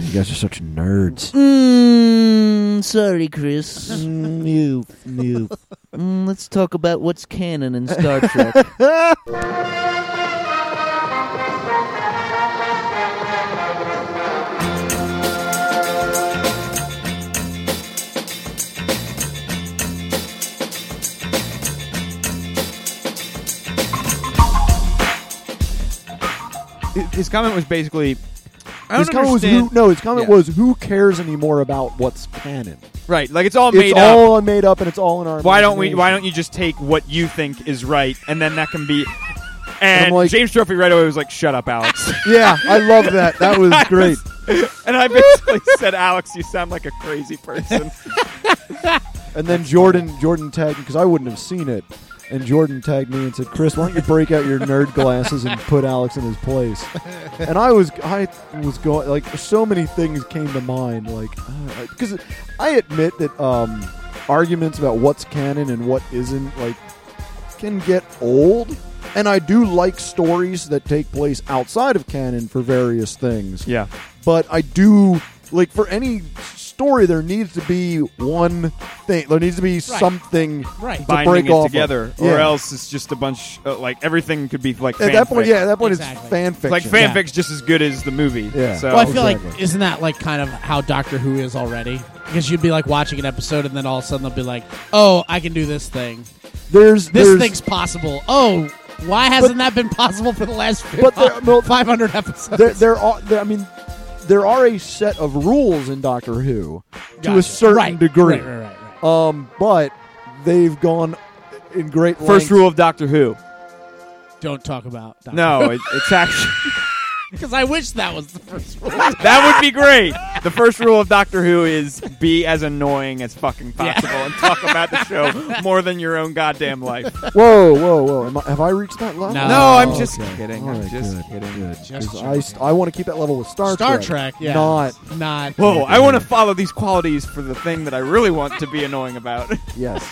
You guys are such nerds. Mm, sorry, Chris. New, new. Mm, let's talk about what's canon in Star Trek. His comment was basically, I don't His comment was understand. who? No, his comment Yeah. was who cares anymore about what's canon? right, like it's all It's made up. all made up and it's all in our. why don't we? imagination. Why don't you just take what you think is right, and then that can be? And, I'm like- James Trophy right away was like, "Shut up, Alex." Yeah, I love that. That was great. and I basically said, "Alex, you sound like a crazy person." And then Jordan, Jordan tagged because I wouldn't have seen it. And Jordan tagged me and said, "Chris, why don't you break out your nerd glasses and put Alex in his place?" And I was, I was going like so many things came to mind, like because I admit that um, arguments about what's canon and what isn't like can get old. And I do like stories that take place outside of canon for various things yeah, but I do like for any story there needs to be one thing. There needs to be something Right. to binding break it off of. together, or Yeah. else it's just a bunch. Uh, like everything could be like At that point, fanfic. yeah, at that point it's Exactly. fan fiction. like fan- fanfic's just as good as the movie. Yeah. So Well, I feel like Oh, Exactly. isn't that like kind of how Doctor Who is already? Because you'd be like watching an episode, and then all of a sudden they'll be like, "Oh, I can do this thing. There's This there's, thing's possible. Oh, why hasn't that been possible for the last But there- no- five hundred episodes? there, there are there, I mean there are a set of rules in Doctor Who to a Gotcha. certain Right, degree. Right, right, right, right. Um, but they've gone in great first lengths- rule of Doctor Who. Don't talk about Doctor No, it, it's actually because I wish that was the first rule. that would be great. The first rule of Doctor Who is be as annoying as fucking possible and talk about the show more than your own goddamn life. Whoa, whoa, whoa! Am I, have I reached that level? No. No, Oh, I'm just okay. kidding. All I'm right, just good, kidding. good. Just 'Cause I, st- I want to keep that level with Star, Star Trek, yeah, Not not. Whoa, I want to follow these qualities for the thing that I really want to be annoying about. Yes.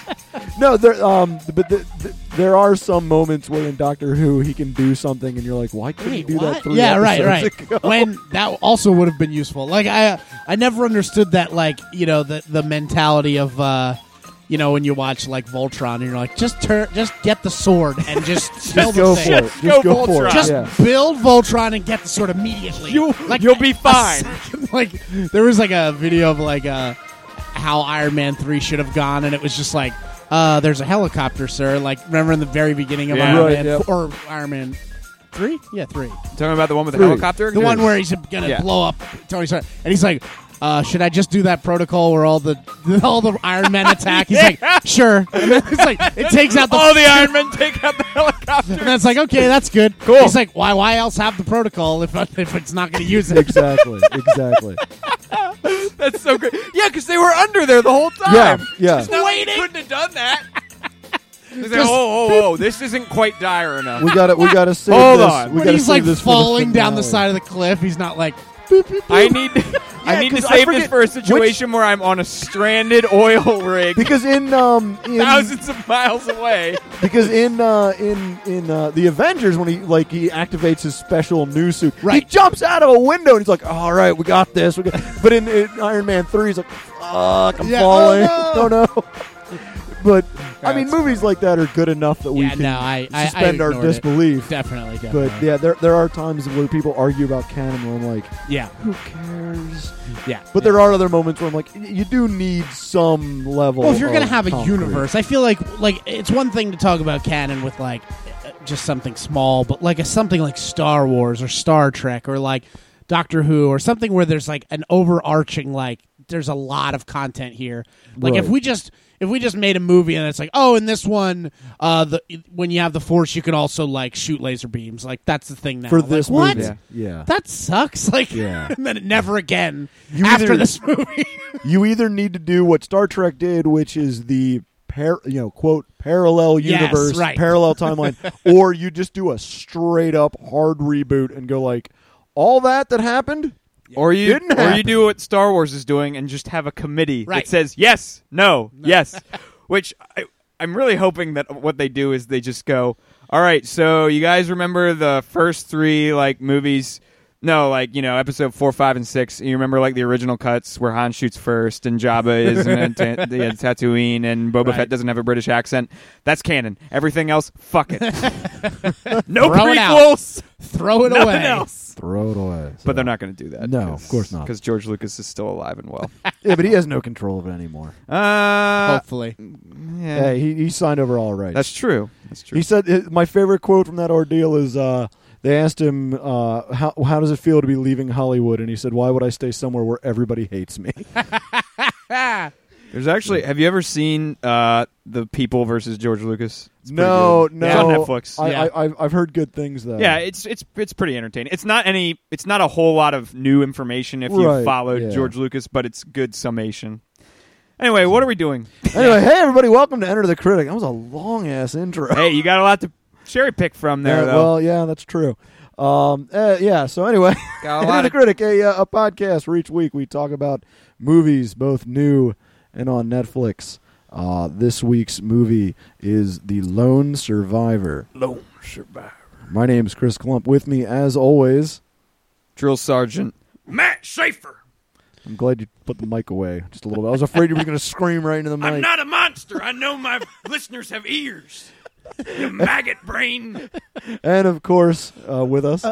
no, there. Um, but the, the, there are some moments where in Doctor Who he can do something, and you're like, why couldn't he Wait, do that? what? Three yeah, right, episodes right. ago? When that also would have been useful. Like I, I never understood that. Like you know the the mentality of, uh, you know, when you watch like Voltron and you're like, just turn, just get the sword and just kill Just the go thing. for it. Just go go, for it. Voltron. Just yeah. build Voltron and get the sword immediately. You- like, you'll be a fine. second- like there was like a video of like uh, how Iron Man three should have gone, and it was just like, uh, "There's a helicopter, sir." Like remember in the very beginning of Yeah. Iron Right, Man yep. or Iron Man three, yeah, three, Talking about the one with the Three. helicopter? the one where he's gonna Yeah. blow up Tony Stark, and he's like. Uh, should I just do that protocol where all the all the Iron Man attack? He's like, sure. And then it's like it takes out the All the Iron Men take out the helicopter. and that's like, okay, that's good. Cool. He's like, why? Why else have the protocol if if it's not going to use it? exactly. Exactly. That's so good. Yeah, because they were under there the whole time. yeah. Yeah. It's not like you Waiting. couldn't have done that. He's like, Just- oh, oh, oh, this isn't quite dire enough. We gotta. We gotta save Hold this. on. We when gotta he's save like this for the falling down finale. the side of the cliff, he's not like, boop, boop, boop. I need, I need to 'cause I save this forget for a situation where I'm on a stranded oil rig, Because in um in, thousands of miles away. because in uh, in in uh, the Avengers when he like he activates his special new suit he Right. jumps out of a window and he's like all right we got this we got but in, in Iron Man three he's like fuck I'm Yeah. falling Oh, no no but I That's mean movies like that are good enough that we Yeah, can no, I- I- I suspend our ignored it. disbelief definitely, definitely. but yeah there there are times where people argue about canon where I'm like yeah, who cares yeah. but there are other moments where I'm like y- you do need some level Well, if you're going to have a universe, I feel like like it's one thing to talk about canon with like uh, just something small, but like a something like Star Wars or Star Trek or like Doctor Who or something where there's like an overarching like there's a lot of content here. Like if Right. we just if we just made a movie and it's like, oh, in this one, uh, the when you have the force, you can also like shoot laser beams. Like that's the thing now. for Like, this what? movie yeah That sucks. Like, Yeah. and then never again You after either- this movie. you either need to do what Star Trek did, which is the par- you know quote parallel Yes, universe, right. parallel timeline, or you just do a straight up hard reboot and go like all that that happened. Or you, Didn't or you happen. do what Star Wars is doing and just have a committee Right. that says yes, no, yes. Which I, I'm really hoping that what they do is they just go, all right. So you guys remember the first three like movies? No, like you know, episode four, five, and six. You remember like the original cuts where Han shoots first, and Jabba is in ta- yeah, Tatooine, and Boba Right. Fett doesn't have a British accent. That's canon. Everything else, fuck it. no Throw it out. prequels. Throw it Nothing away. else. Throw it away. But they're not going to do that. No, of course not. Because George Lucas is still alive and well. yeah, but he has no control of it anymore. uh, Hopefully, yeah, Hey, he, he signed over all rights. that's true. That's true. He said uh, my favorite quote from that ordeal is uh, they asked him uh, how how does it feel to be leaving Hollywood, and he said, "Why would I stay somewhere where everybody hates me?" There's actually. Have you ever seen uh, the People versus George Lucas? It's pretty no, good. no, It's on I, Netflix. uh, Yeah. I, I've, I've heard good things though. yeah, it's it's it's pretty entertaining. It's not any. It's not a whole lot of new information if you Right, followed yeah. George Lucas, but it's good summation. Anyway, what are we doing? Anyway, hey everybody, welcome to Enter the Critic. That was a long ass intro. hey, you got a lot to cherry pick from there, Yeah, though. well, yeah, that's true. Um, uh, yeah. So anyway, got a Enter lot the of Critic, a, uh, a podcast where each week we talk about movies, both new and on Netflix. Uh, this week's movie is The Lone Survivor. lone survivor. My name's Chris Klump. With me, as always, Drill Sergeant Matt Schaefer. I'm glad you put the mic away just a little bit. I was afraid you were going to scream right into the mic. not a monster. I know my listeners have ears. You maggot brain. and of course, uh, with us,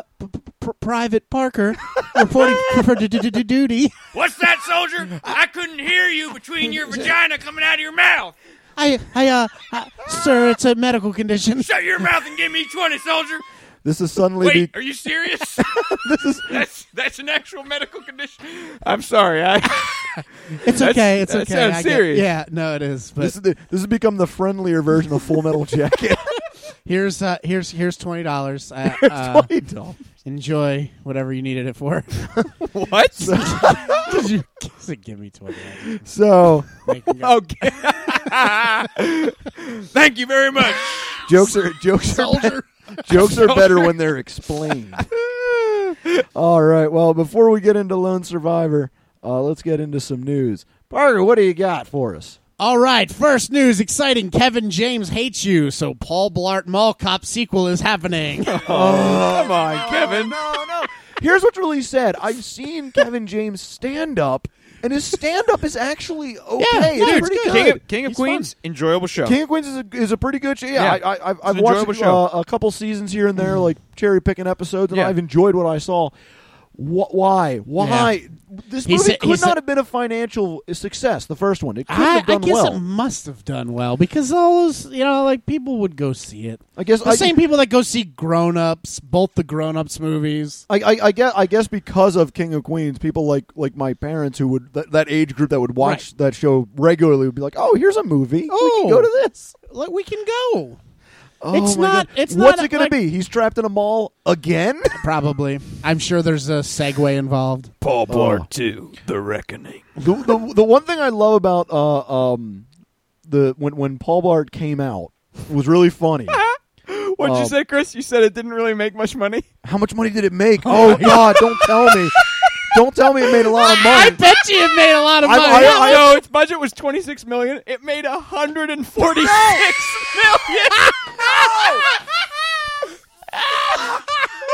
Private Parker reporting for d- d- d- duty. What's that, soldier? I couldn't hear you between your vagina coming out of your mouth. I, I, uh, I- sir, it's a medical condition. Shut your mouth and give me 20, soldier. this is suddenly Wait, the are you serious? that's that's an actual medical condition. I'm sorry. I It's okay. It's that okay. sounds I get- serious. Yeah, no, it is. But this, is the, this has become the friendlier version of Full Metal Jacket. here's uh, here's here's twenty dollars. Uh, uh, Wait, no. enjoy whatever you needed it for. what? Did you just give me twenty? dollars? so Make me go- okay. Thank you very much. jokes are jokes are better, jokes are better when they're explained. All right. Well, before we get into Lone Survivor, uh, let's get into some news. Parker, what do you got for us? All right, first news, exciting. Kevin James hates you, so Paul Blart Mall Cop sequel is happening. Come on, Kevin. Oh, No, no. Here's what's really sad. I've seen Kevin James stand up, and his stand up is actually okay. it's it's pretty good. good. King of, King of He's Queens, enjoyable show. King of Queens is a, is a pretty good show. Yeah, Yeah. I, I, I've, I've an watched enjoyable show. uh, a couple seasons here and there, like cherry picking episodes, and Yeah. I've enjoyed what I saw. Wh- why? Why? This He movie said- could he not said- have been a financial success. The first one, it couldn't I, have I done guess well. it must have done well because all those, you know, like people would go see it. I guess The I, same people that go see Grown Ups, both the Grown Ups movies. I, I, I guess I guess because of King of Queens, people like like my parents who would that, that age group that would watch that show regularly would be like, "Oh, here's a movie. we Oh. can go to this." Like we can go. Oh It's my not- God. it's What's not it going like- to be? He's trapped in a mall again. Probably. I'm sure there's a segue involved. Paul Blart Oh. Two, The Reckoning. the, the the one thing I love about uh um the when when Paul Blart came out was really funny. What'd you Um, say, Chris? You said it didn't really make much money. How much money did it make? Oh God! Don't tell me! Don't tell me it made a lot of I money. bet you it made a lot of I'm- money. I- I- no, its budget was twenty six million. It made hundred and forty six million.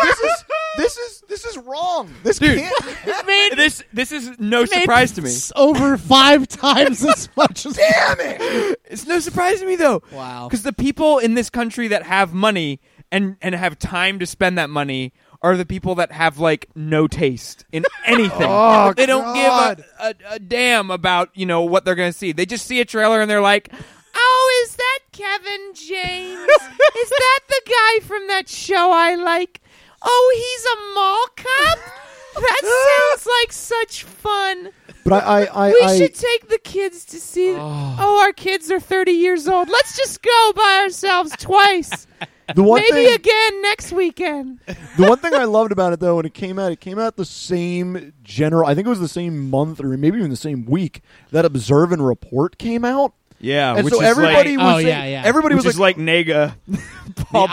This is this is this is wrong. This Dude. can't. be- It made- This this is no made surprise to me. s- Over five times as much as Damn it! It's no surprise to me though. Wow. Because the people in this country that have money and and have time to spend that money are the people that have like no taste in anything. Oh, they don't God. give a, a, a damn about you know what they're gonna see. They just see a trailer and they're like, "Oh, is that Kevin James? is that the guy from that show I like? Oh, he's a mall cop." That sounds like such fun. But I I I, We I should take the kids to see. Oh. our kids are 30 years old. Let's just go by ourselves twice. the one Maybe thing again next weekend. the one thing I loved about it though when it came out, it came out the same general. I think it was the same month or maybe even the same week that Observe and Report came out. Yeah, and so everybody Oh, like- was Oh, saying- yeah, yeah. everybody was which like, is like, Nega, Paul The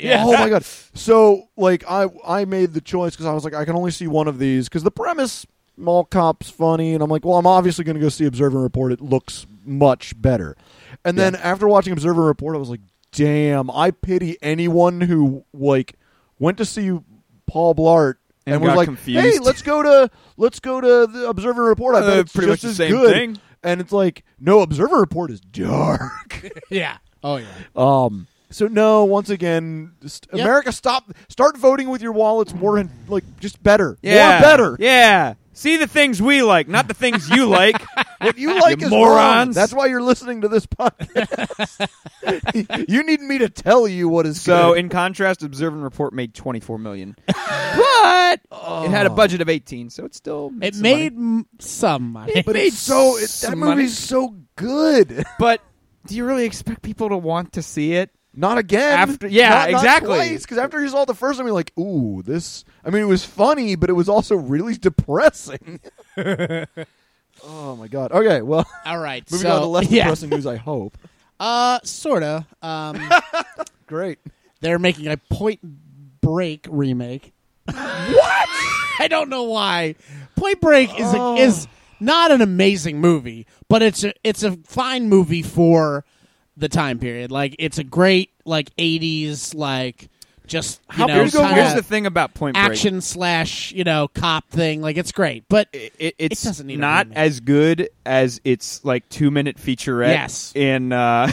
Blart. yeah. oh my god so like i i made the choice because i was like i can only see one of these because the premise mall cops funny and i'm like well i'm obviously going to go see observe and report it looks much better and then after watching observe and report i was like damn i pity anyone who like went to see paul blart and, And was got like, "Hey, confused. let's go to let's go to the Observer Report. I bet Uh, it's pretty just much the as same good." thing. And it's like, no, Observer Report is dark. Yeah. Oh yeah. um, so no, once again, just, Yep. America, stop, start voting with your wallets more and like just better, Yeah. more better. Yeah. See the things we like, not the things you like. What you like You is morons. wrong. That's why you're listening to this podcast. you need me to tell you what is So, good. in contrast, Observe and Report made 24 million. but it had a budget of 18, so it's still Oh. It some money. made m- some money. but it's so it, that some money. movie's so good. But do you really expect people to want to see it? Not again. After- yeah, exactly. Because after you saw it the first time, you're like, "Ooh, this." I mean, it was funny, but it was also really depressing. oh my god. Okay, well, All right. moving so on to less yeah. depressing news. I hope. Uh, sorta. Um, Great. they're making a Point Break remake. what? I don't know why. Point Break is a, is not an amazing movie, but it's a, it's a fine movie for the time period. Like it's a great like '80s like just you How know here's, kinda here's the thing about Point Break. action slash you know cop thing. Like it's great, but It, it- it's doesn't need a not remake. as good as its like two minute featurette Yes. in uh,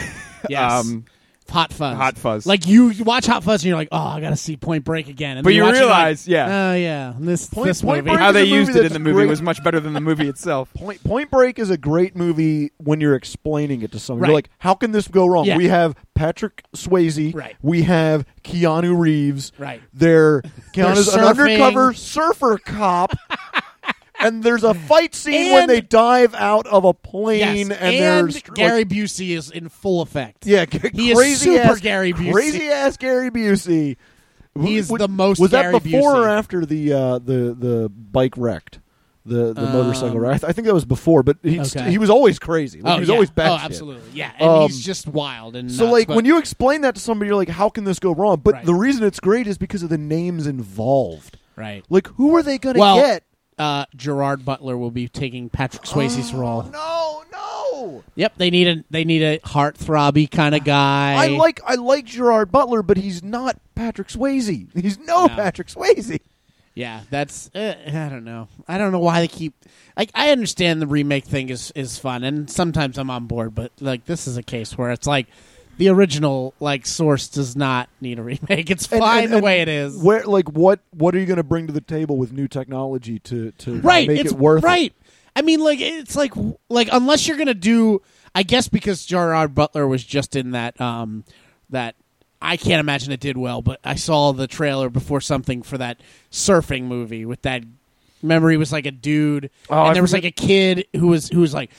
Yes. um, Hot Fuzz. Hot Fuzz. Like you you watch Hot Fuzz and you're like, oh, I gotta see Point Break again. And But then you watch it, realize, like, yeah. oh yeah, this Point- this Point movie. Break- how they There's a used movie it in the that's movie great. was much better than the movie itself. Point Point Break is a great movie when you're explaining it to someone. You're Right. like, "How can this go wrong?" Yeah. We have Patrick Swayze. Right. We have Keanu Reeves. Right. They're Keanu's an surfing. undercover surfer cop. and there's a fight scene when And- they dive out of a plane Yes, and, and, there's str- Gary like, Busey is in full effect. yeah, g- He is crazy super ass, Gary Busey. crazy ass Gary Busey. He is Was- the most Was Gary that before Busey. or after the uh, the the bike wrecked? The, the Um, motorcycle wreck. I, th- I think that was before, but he Okay. he was always crazy. Like, Oh, he was yeah. always bad. Oh, shit. absolutely. Yeah, and Um, he's just wild and So nuts, like but- when you explain that to somebody, you're like, how can this go wrong? But Right. the reason it's great is because of the names involved. right. Like who are they gonna Well, get? uh, Gerard Butler will be taking Patrick Swayze's role. Oh, No, no. Yep, they need a they need a heartthrobby kind of guy. I like I like Gerard Butler, but he's not Patrick Swayze. He's no, No. Patrick Swayze. Yeah, that's uh, I don't know. I don't know why they keep like I understand the remake thing is is fun and sometimes I'm on board, but like this is a case where it's like the original like source does not need a remake. It's And- fine and- the and way it is. Where like what what are you gonna bring to the table with new technology to to right, make it's it worth it? right. I mean like it's like like unless you're going to do I guess because Gerard Butler was just in that um that I can't imagine it did well, but I saw the trailer before something for that surfing movie with that memory was like a dude Oh, I and there was forget- like a kid who was who was like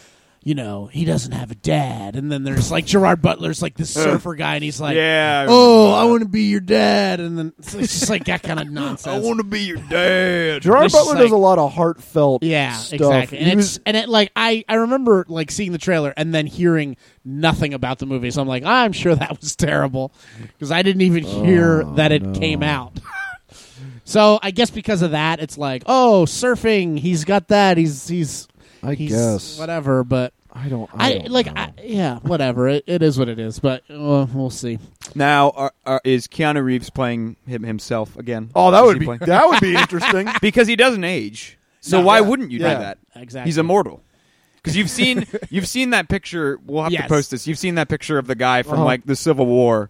you know he doesn't have a dad and then there's like gerard butler's like this surfer guy and he's like yeah. oh i want to be your dad and then it's just like that kind of nonsense to be your dad. Gerard It's just Butler does a like- lot of heartfelt yeah, stuff. exactly. And He it's was- and it like I I remember like seeing the trailer and then hearing nothing about the movie. So I'm like, I'm sure that was terrible because I didn't even hear Oh, that it came out. so I guess because of that, it's like, oh, surfing. He's got that. He's he's I he's guess. whatever. But I don't I, I, don't like know. I, yeah, whatever. It, it is what it is. But uh, we'll see. Now, are, are, is Keanu Reeves playing him himself again? Oh, that Is would he be playing- that would be interesting. because he doesn't age. So No. why Yeah. wouldn't you Yeah. do that? Exactly. He's immortal. Because you've seen you've seen that picture. We'll have to Yes. post this. You've seen that picture of the guy from Uh-huh. like the Civil War,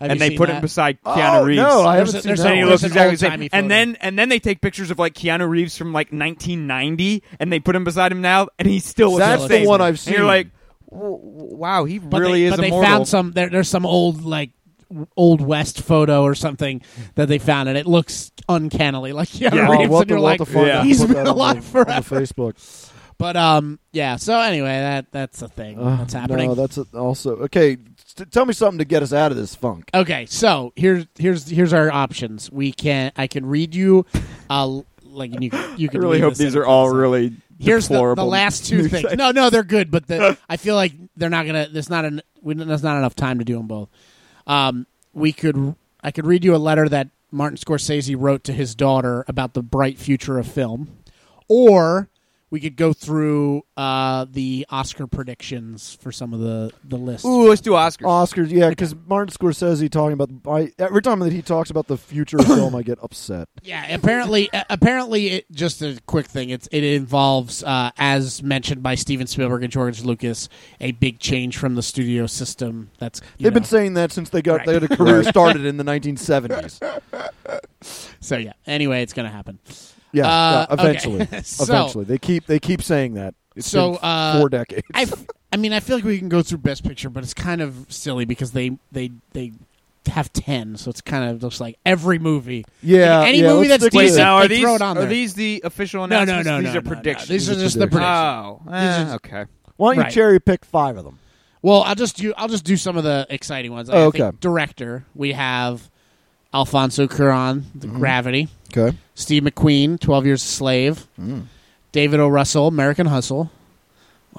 Have and you they seen put that? him beside Oh, Keanu Reeves. No, I There's haven't a- seen there's that and he one. looks There's an exactly the same. Oh, old-timey photo. And then and then they take pictures of like Keanu Reeves from like 1990, and they put him beside him now, and he still looks That's the, the same. one I've And you're seen. like, "W- w- wow, he But really they, is but they immortal. found some there, there's some old like w- old west photo or something that they found and it looks uncannily like Keanu Yeah. Oh, Reeves we'll and you're have like to- we'll have to find Yeah. out and he's put been that on the- alive on forever. the Facebook. But um yeah, so anyway, that that's a thing Uh, that's happening. No, that's a, also okay. s- tell me something to get us out of this funk. okay, so here's here's here's our options. We can I can read you uh like and you can- you I can really leave hope this these in. are all really Here's the, the deplorable last two news things. items. No, no, they're good, but the, I feel like they're not gonna. There's not an. We, there's not enough time to do them both. Um, we could. I could read you a letter that Martin Scorsese wrote to his daughter about the bright future of film, or we could go through uh, the Oscar predictions for some of the the lists. Ooh, let's do Oscars. Oscars, yeah, because Martin Scorsese talking about I, every time that he talks about the future of film, I get upset. Yeah, apparently, a- apparently, it, just a quick thing. It's it involves, uh, as mentioned by Steven Spielberg and George Lucas, a big change from the studio system. That's you They've been know. saying that since they got Right. they had a career started in the 1970s. so. Yeah. Anyway, it's gonna happen. Yeah, Uh, yeah, eventually, okay. So- eventually they keep they keep saying that. It's So, been uh, four decades. I, f- I mean, I feel like we can go through Best Picture, but it's kind of silly because they they they have ten, so it's kind of just like every movie. yeah, any yeah, movie let's that's stick with it. decent- they now, are throw these it on are there. these the official No, no, announcements? no, These no, are no, no. predictions. These are These are just the predictions. predictions. Oh, eh, okay. Why don't you Right. cherry pick five of them? Well, I'll just do I'll just do some of the exciting ones. Like, Oh, I think okay. director, we have Alfonso Cuarón, The Mm-hmm. Gravity. Okay, Steve McQueen, Twelve Years a Slave. David O. Russell, American Hustle.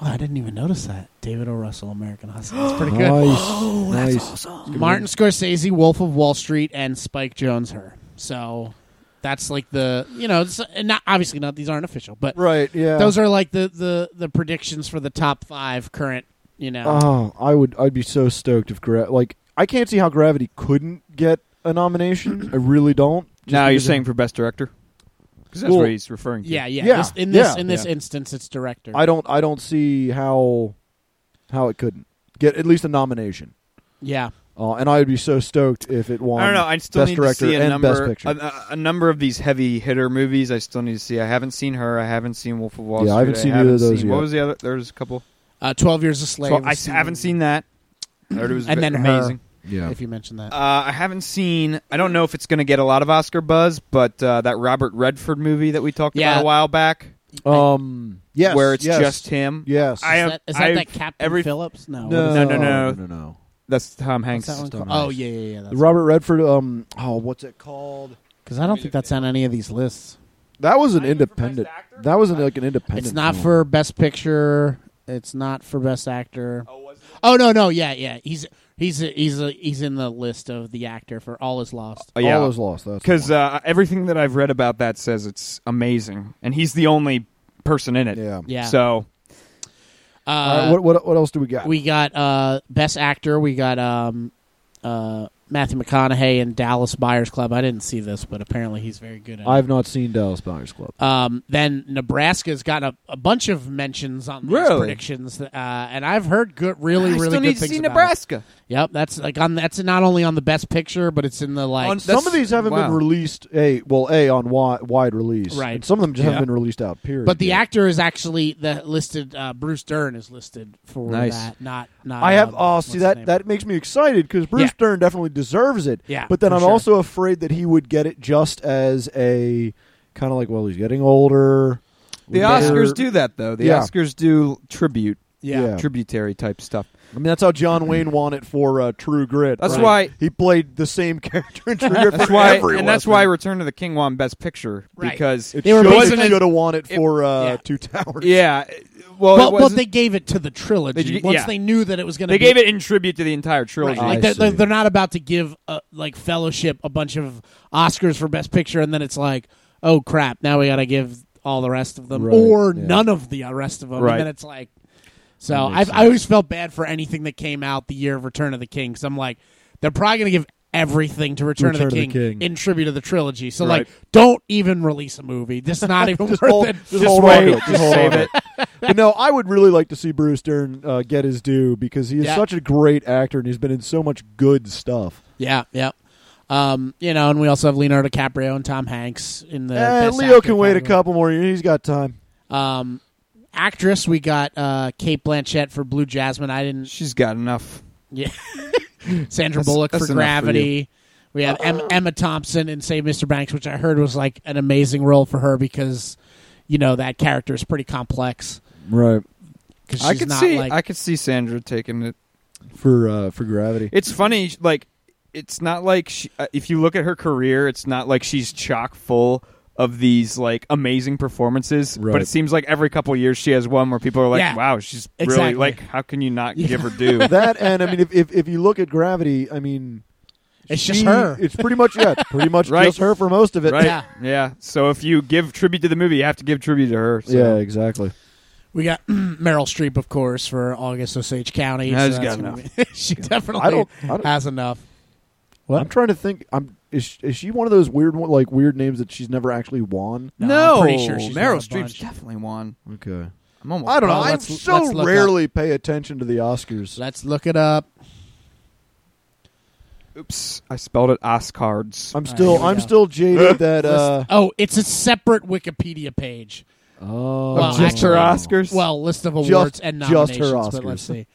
Wow, I didn't even notice that. David O. Russell, American Hustle. That's pretty good. nice, nice. Martin Scorsese, Wolf of Wall Street, and Spike Jones. Her. So that's like the you know, it's and not obviously not these aren't official, but Right, yeah. those are like the the the predictions for the top five current. You know, Oh, I would. I'd be so stoked if gra- like I can't see how Gravity couldn't get a nomination. I really don't. Just Now you're because of- saying for best director? Because that's Well, what he's referring to. yeah, yeah. yeah, this, in this yeah, in this yeah. instance, it's director. I don't. I don't see how how it couldn't get at least a nomination. yeah, Uh, and I would be so stoked if it won. I don't know. I still best need director to see a and number, best picture. A, a- a number of these heavy hitter movies. I still need to see. I haven't seen her. I haven't seen Wolf of Wall Yeah, I Street. haven't seen either of those seen- yet. What was the other? There's a couple. uh, Twelve Years a Slave. So is I s- seen- haven't seen that. I heard it was And ve- then Her. amazing. yeah. If you mentioned that, Uh, I haven't seen. I don't know if it's going to get a lot of Oscar buzz, but uh, that Robert Redford movie that we talked Yeah. about a while back, Um. Yes. where it's yes, just him. Yes. I is am- that, is that, I've- that Captain every- Phillips? No, what no. is- No, no, no. No. No. That's Tom what's Hanks. that one Stone called? Eyes. Oh yeah, yeah, yeah. Robert Redford. Um. Oh, what's it called? Because I don't think that's on any of these lists. That was an independent. That was an, like an independent. It's not film. for Best Picture. It's not for Best Actor. Oh, no, no, yeah, yeah. He's he's he's he's in the list of the actor for All Is Lost. Oh, yeah. All is lost. That's the because one. uh, everything that I've read about that says it's amazing, and he's the only person in it. yeah. Yeah. So uh, All right, what, what what else do we got? we got uh, Best Actor. We got um, uh, Matthew McConaughey in Dallas Buyers Club. I didn't see this, but apparently he's very good. At it. I've not seen Dallas Buyers Club. Um, then Nebraska's got a, a bunch of mentions on these Really? predictions, uh, and I've heard good, really, I really still good need to things see about it. Nebraska. Yep, that's like on. That's not only on the best picture, but it's in the like. On- Some of That's- these haven't been wow. released. A well, a on wide, wide release. Right. And some of them just Yeah. haven't been released out. Period. but the actor is actually the listed. Uh, Bruce Dern is listed for Nice. that. Not not. I have. um, Oh, what's see his that name? that makes me excited because Bruce Yeah. Dern definitely deserves it. Yeah, But then for I'm sure. also afraid that he would get it just as a kind of like, well, he's getting older. The Better- Oscars do that though. The Yeah. Oscars do tribute, Yeah. Yeah. tributary type stuff. I mean, that's how John Wayne won it for uh, True Grit. That's right? why- he played the same character in True Grit. That's for why, every and that's Western. why Return to the King won Best Picture Right. because it They were should- it basically- should have won it for uh, Yeah. Two Towers. yeah, well, Well, Oh, it well, wasn't- they gave it to the trilogy They- once yeah. they knew that it was going to. they gave it in tribute to the entire Right. trilogy. I Like they're, they're see. they're not about to give uh, like Fellowship a bunch of Oscars for Best Picture, and then it's like, oh crap! Now we got to give all the rest of them, Right, or yeah. none of the rest of them, Right. and then it's like. So That makes I've, I always felt bad for anything that came out the year of Return of the King, because I'm like, they're probably going to give everything to Return, of, the King in tribute to the trilogy. So like, don't even release a movie. This is not even worth Just hold, it. just hold on to wait, it. just hold save on to But no, I would really like to see Bruce Dern uh, get his due because he is Yeah. such a great actor and he's been in so much good stuff. Yeah, yeah. Um, you know, and we also have Leonardo DiCaprio and Tom Hanks in the. Eh, Best Leo Actor can wait a category. couple more years. He's got time. Um, actress, we got uh, Kate Blanchett for Blue Jasmine. I didn't. She's got enough. Yeah. Sandra That's- Bullock that's for enough for Uh-uh. Gravity. we have Em- Emma Thompson in Save Mr. Banks, which I heard was like an amazing role for her because, you know, that character is pretty complex. Right. Because I could not see. like I could see Sandra taking it. For uh, for gravity. It's funny, like it's not like she, uh, if you look at her career, it's not like she's chock full of these like amazing performances. Right. But it seems like every couple years she has one where people are like, Yeah. "Wow, she's Exactly. really like, how can you not Yeah. give her due?" that and I mean if, if if you look at gravity, I mean It's just she- her. It's pretty much yeah, it's pretty much Right. just her for most of it. right? Yeah. Yeah. So if you give tribute to the movie, you have to give tribute to her. So. Yeah, exactly. We got Meryl Streep, of course, for August Osage County. Nah, she's that's got gonna be- she definitely I don't- I don't- has enough. I'm trying to think. I'm is she, is she one of those weird one- like weird names that she's never actually won? No, No, I'm pretty sure she's Meryl won a Streep's bunch. definitely won. Okay. I'm almost. I don't know. Well, I let's- so let's look rarely pay attention to the Oscars. Let's look it up. Oops, I spelled it Oscards. I'm right, still here we I'm go. still jaded that uh List- oh, it's a separate Wikipedia page. oh Well, Just her actually- Oscars. Well, list of awards and just her nominations. But Oscars. let's see.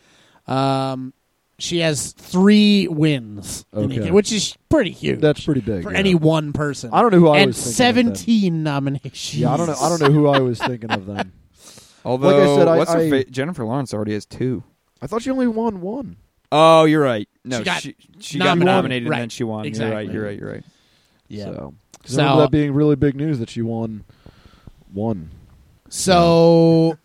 Um, she has three wins, in the- Okay. which is pretty huge that's pretty big. for yeah. any one person. I don't know who I and was thinking of seventeen nominations. then. Yeah, I don't know I don't know who I was thinking of then. Although, like I said, I- what's her I- fa- Jennifer Lawrence already has two. I thought she only won one. Oh, you're right. No, She she got she, got nominated, nominated right. and then she won. Exactly. You're right. You're right. Yeah. So, 'Cause I So- remember that being really big news that she won one. So,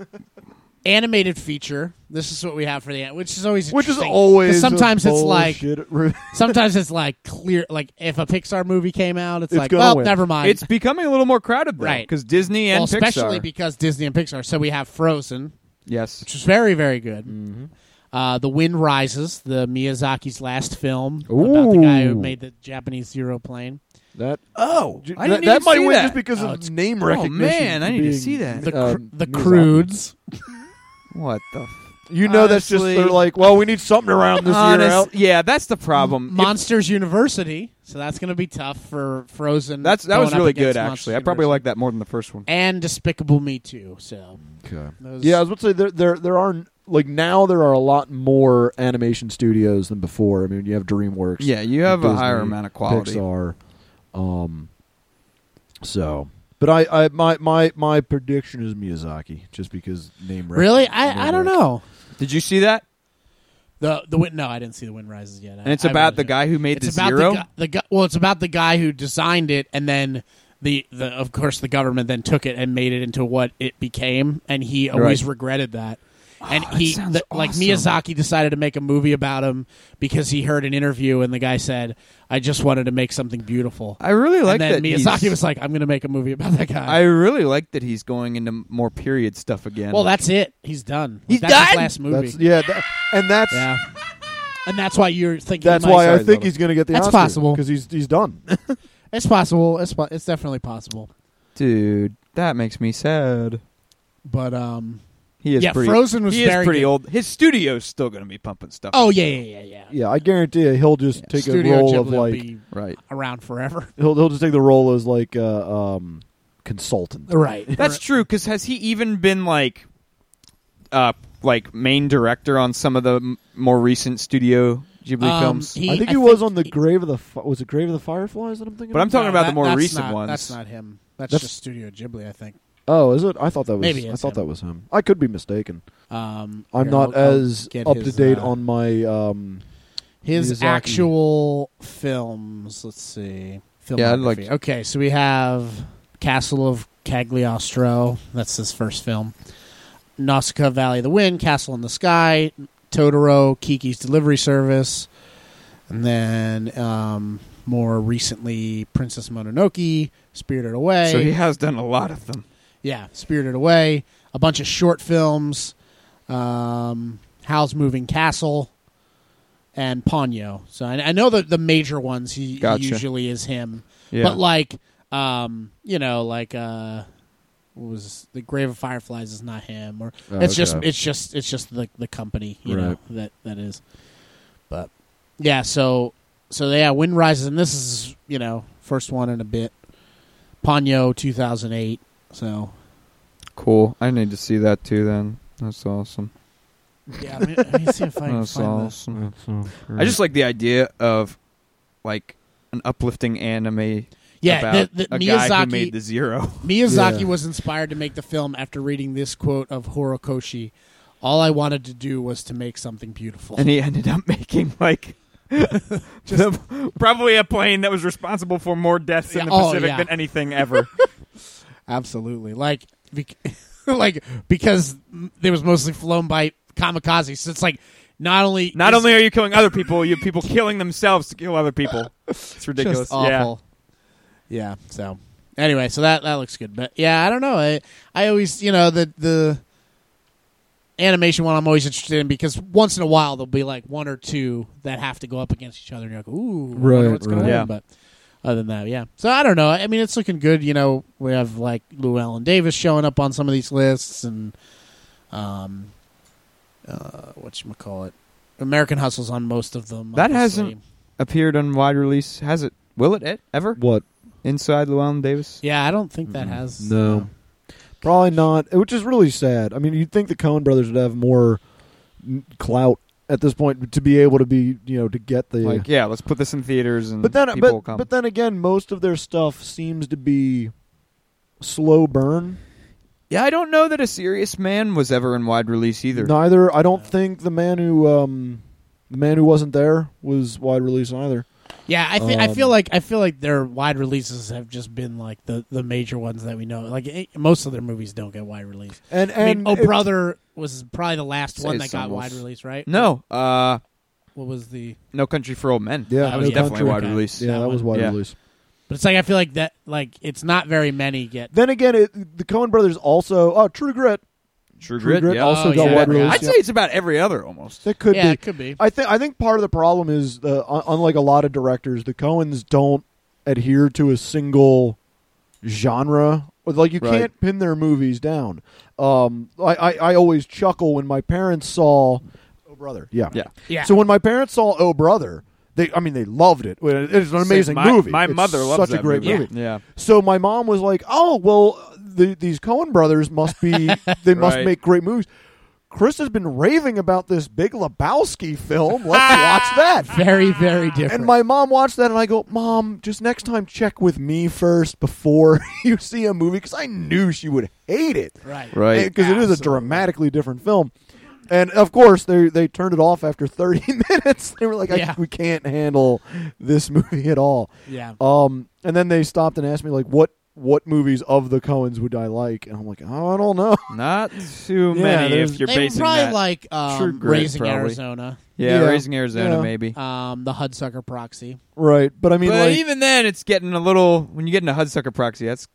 animated feature. This is what we have for the which is always Which is interesting, 'cause always a sometimes it's like bullshit re- sometimes it's like clear like if a Pixar movie came out, it's, It's like gonna well, win. never You're right. mind. It's becoming a little more crowded, though, Right. Because Disney and well, especially Pixar. because Disney and Pixar. So we have Frozen, yes. which is very very good. Mm-hmm. Uh, the Wind Rises, the Miyazaki's last film about the guy who Ooh. made the Japanese zero plane. that. Oh, Ju- I that didn't that even might see win that. just because Oh, of it's- name Oh recognition. man, I need to being- see that. The, cr- Um, the Miyazaki. Crudes. What the? F- You know, that's just Honestly- they're like, well, we need something around this year Honest- out. Yeah, that's the problem. If- Monsters University. So that's going to be tough for Frozen. that's that was going up really against good, actually. Monsters I probably University. like that more than the first one. and Despicable Me Too. So those- Yeah, I was about to say there there there are like now there are a lot more animation studios than before. I mean, you have DreamWorks. Yeah, you have a higher Disney, amount of quality. Pixar. Um. So, but I, I my my my prediction is Miyazaki, just because name. rec- really, name I I don't rec- know. Did you see that? The the wind. No, I didn't see the wind rises yet. I- And it's I about really the didn't. guy who made It's the about zero. The, gu- the gu- well, it's about the guy who designed it, and then the, the of course the government then took it and made it into what it became, and he always Right. Ah, regretted that. And that he sounds the- like awesome. Miyazaki decided to make a movie about him because he heard an interview and the guy said, "I just wanted to make something beautiful." I really like and then that he's- Miyazaki was like, "I'm going to make a movie about that guy." I really like that he's going into more period stuff again. Well, that's it. He's done. He's that's His done? last movie. That's yeah, that, and that's yeah. And that's why you're thinking. that's he might- why I Sorry, think Zelda. he's going to get the That's Oscar, possible. because he's he's done. it's possible. It's po- it's definitely possible. dude, that makes me sad. But um, He is yeah, pretty. Frozen was he is very pretty good. old. His studio's still going to be pumping stuff. Oh yeah, yeah, yeah, yeah. yeah, I guarantee you, he'll just take Studio a role Ghibli of will like be right. around forever. he'll he'll just take the role as like uh, um consultant. Right. That's true. Because has he even been like, uh, like main director on some of the m- more recent Studio Ghibli Um, films? he- I think I he was think on the he- grave of the fi- was it grave of the fireflies that I'm thinking. But I'm of? talking No, about that- the more that's recent not- ones. That's not him. That's, That's- just Studio Ghibli, I think. Oh, is it? I thought that was. Maybe I it's thought him. that was him. I could be mistaken. Um, I'm here, not I'll- I'll as get up to his, date uh, on my. Um, his Miyazaki. actual films. Let's see. Yeah, I'd like Filmography. to- Okay, so we have Castle of Cagliostro. That's his first film. Nausicaa Valley of the Wind, Castle in the Sky, Totoro, Kiki's Delivery Service, and then um, more recently Princess Mononoke, Spirited Away. So he has done a lot of them. Yeah, Spirited Away, a bunch of short films, um, Howl's Moving Castle, and Ponyo. So I, I know that the major ones he, he Gotcha. usually is him, Yeah. but like um, you know, like uh, what was the Grave of Fireflies is not him, or Oh, it's just okay. it's just it's just the the company you know Right. that that is, but yeah, so so yeah, Wind Rises, and this is you know first one in a bit, Ponyo two thousand eight. So Cool. I need to see that too. Then that's awesome. Yeah, let me, let me see if I can That's find this. awesome. I just like the idea of like an uplifting anime. Yeah, about the, the, a guy who Miyazaki made the zero. Miyazaki Yeah. was inspired to make the film after reading this quote of Horikoshi. All I wanted to do was to make something beautiful. and he ended up making like the- probably a plane that was responsible for more deaths Yeah, in the oh, Pacific yeah. than anything ever. Absolutely, like, bec- like because it was mostly flown by kamikazes. So it's like not only Not is- only are you killing other people, you have people killing themselves to kill other people. It's ridiculous. Just awful. Yeah. So anyway, so that that looks good, but yeah, I don't know. I I always you know the the animation one I'm always interested in because once in a while there'll be like one or two that have to go up against each other, and you're like, ooh, I wonder Right, what's going right. on? Yeah. But other than that, yeah. So I don't know. I mean, it's looking good. You know, we have like Llewellyn Davis showing up on some of these lists, and um, uh, what you call it, American Hustle's on most of them. That obviously. hasn't- Appeared on wide release. Has it? Will it e- ever? What? Inside Llewellyn Davis. Yeah, I don't think that Mm, has. No. Probably not, which is really sad. I mean, you'd think the Coen brothers would have more n- clout at this point to be able to be, you know, to get the. Like, yeah, let's put this in theaters and but then, people will but, come. but then again, most of their stuff seems to be slow burn. yeah, I don't know that a serious man was ever in wide release either. Neither. I don't think the man who, um, the man who wasn't there was wide release either. Yeah, I think I feel Um, like I feel like their wide releases have just been like the, the major ones that we know. Like eh, most of their movies don't get wide release. And I and mean, Oh it- Brother was probably the last Say one that it's got almost- wide release, right? No, uh, What was the? No Country for Old Men. Yeah, That No was definitely Country. wide Okay. release. yeah, that was one. wide Yeah. release. But it's like I feel like that like it's not very many get. Then again, it, the Coen brothers also. Oh, True Grit. True True Grit, Grit. Yeah. also Oh, got yeah. wide release. I'd yeah. say it's about every other almost. that could be. yeah, it could be. I think I think part of the problem is uh, un- unlike a lot of directors, the Coens don't adhere to a single genre. Like you Right. can't pin their movies down. Um, I, I I always chuckle when my parents saw Oh Brother. Yeah, Yeah. Yeah. So when my parents saw Oh Brother, they I mean they loved it. It is an Same- amazing my, movie. My It's mother loves such that a great movie. movie. Yeah. So my mom was like, "Oh, well, the, these Cohen brothers must be they must Right. make great movies." Chris has been raving about this Big Lebowski film. Let's watch that. Very very different. And my mom watched that, and I go, "Mom, just next time check with me first before you see a movie," because I knew she would hate it right. Right. because it is a Absolutely. dramatically different film. And of course, they they turned it off after thirty minutes. They were like, I, Yeah. "We can't handle this movie at all." Yeah. Um, and then they stopped and asked me like, what what movies of the Coens would I like? And I'm like, oh, I don't know. Not too Yeah, many there's- if you're they were basing probably that. like um, True Grit, raising probably. Arizona, yeah, Yeah. raising Arizona Yeah. maybe. um, the Hudsucker Proxy. Right, but I mean, but like, even then, it's getting a little. When you get into Hudsucker Proxy, that's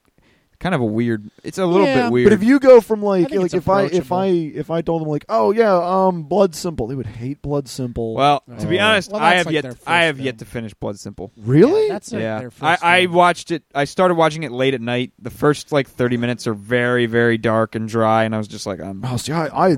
kind of a weird. It's a little Yeah. bit weird. but if you go from I like, think like it's if I if approachable. I if I told them like, oh yeah, um, Blood Simple, they would hate Blood Simple. well, to be Oh. honest, Well, I that's have like yet their to- I first have yet film. to finish Blood Simple. really? Yeah, that's their, yeah, their I, first I one. watched it. I started watching it late at night. The first like thirty minutes are very very dark and dry, and I was just like, I'm. oh, see, I, I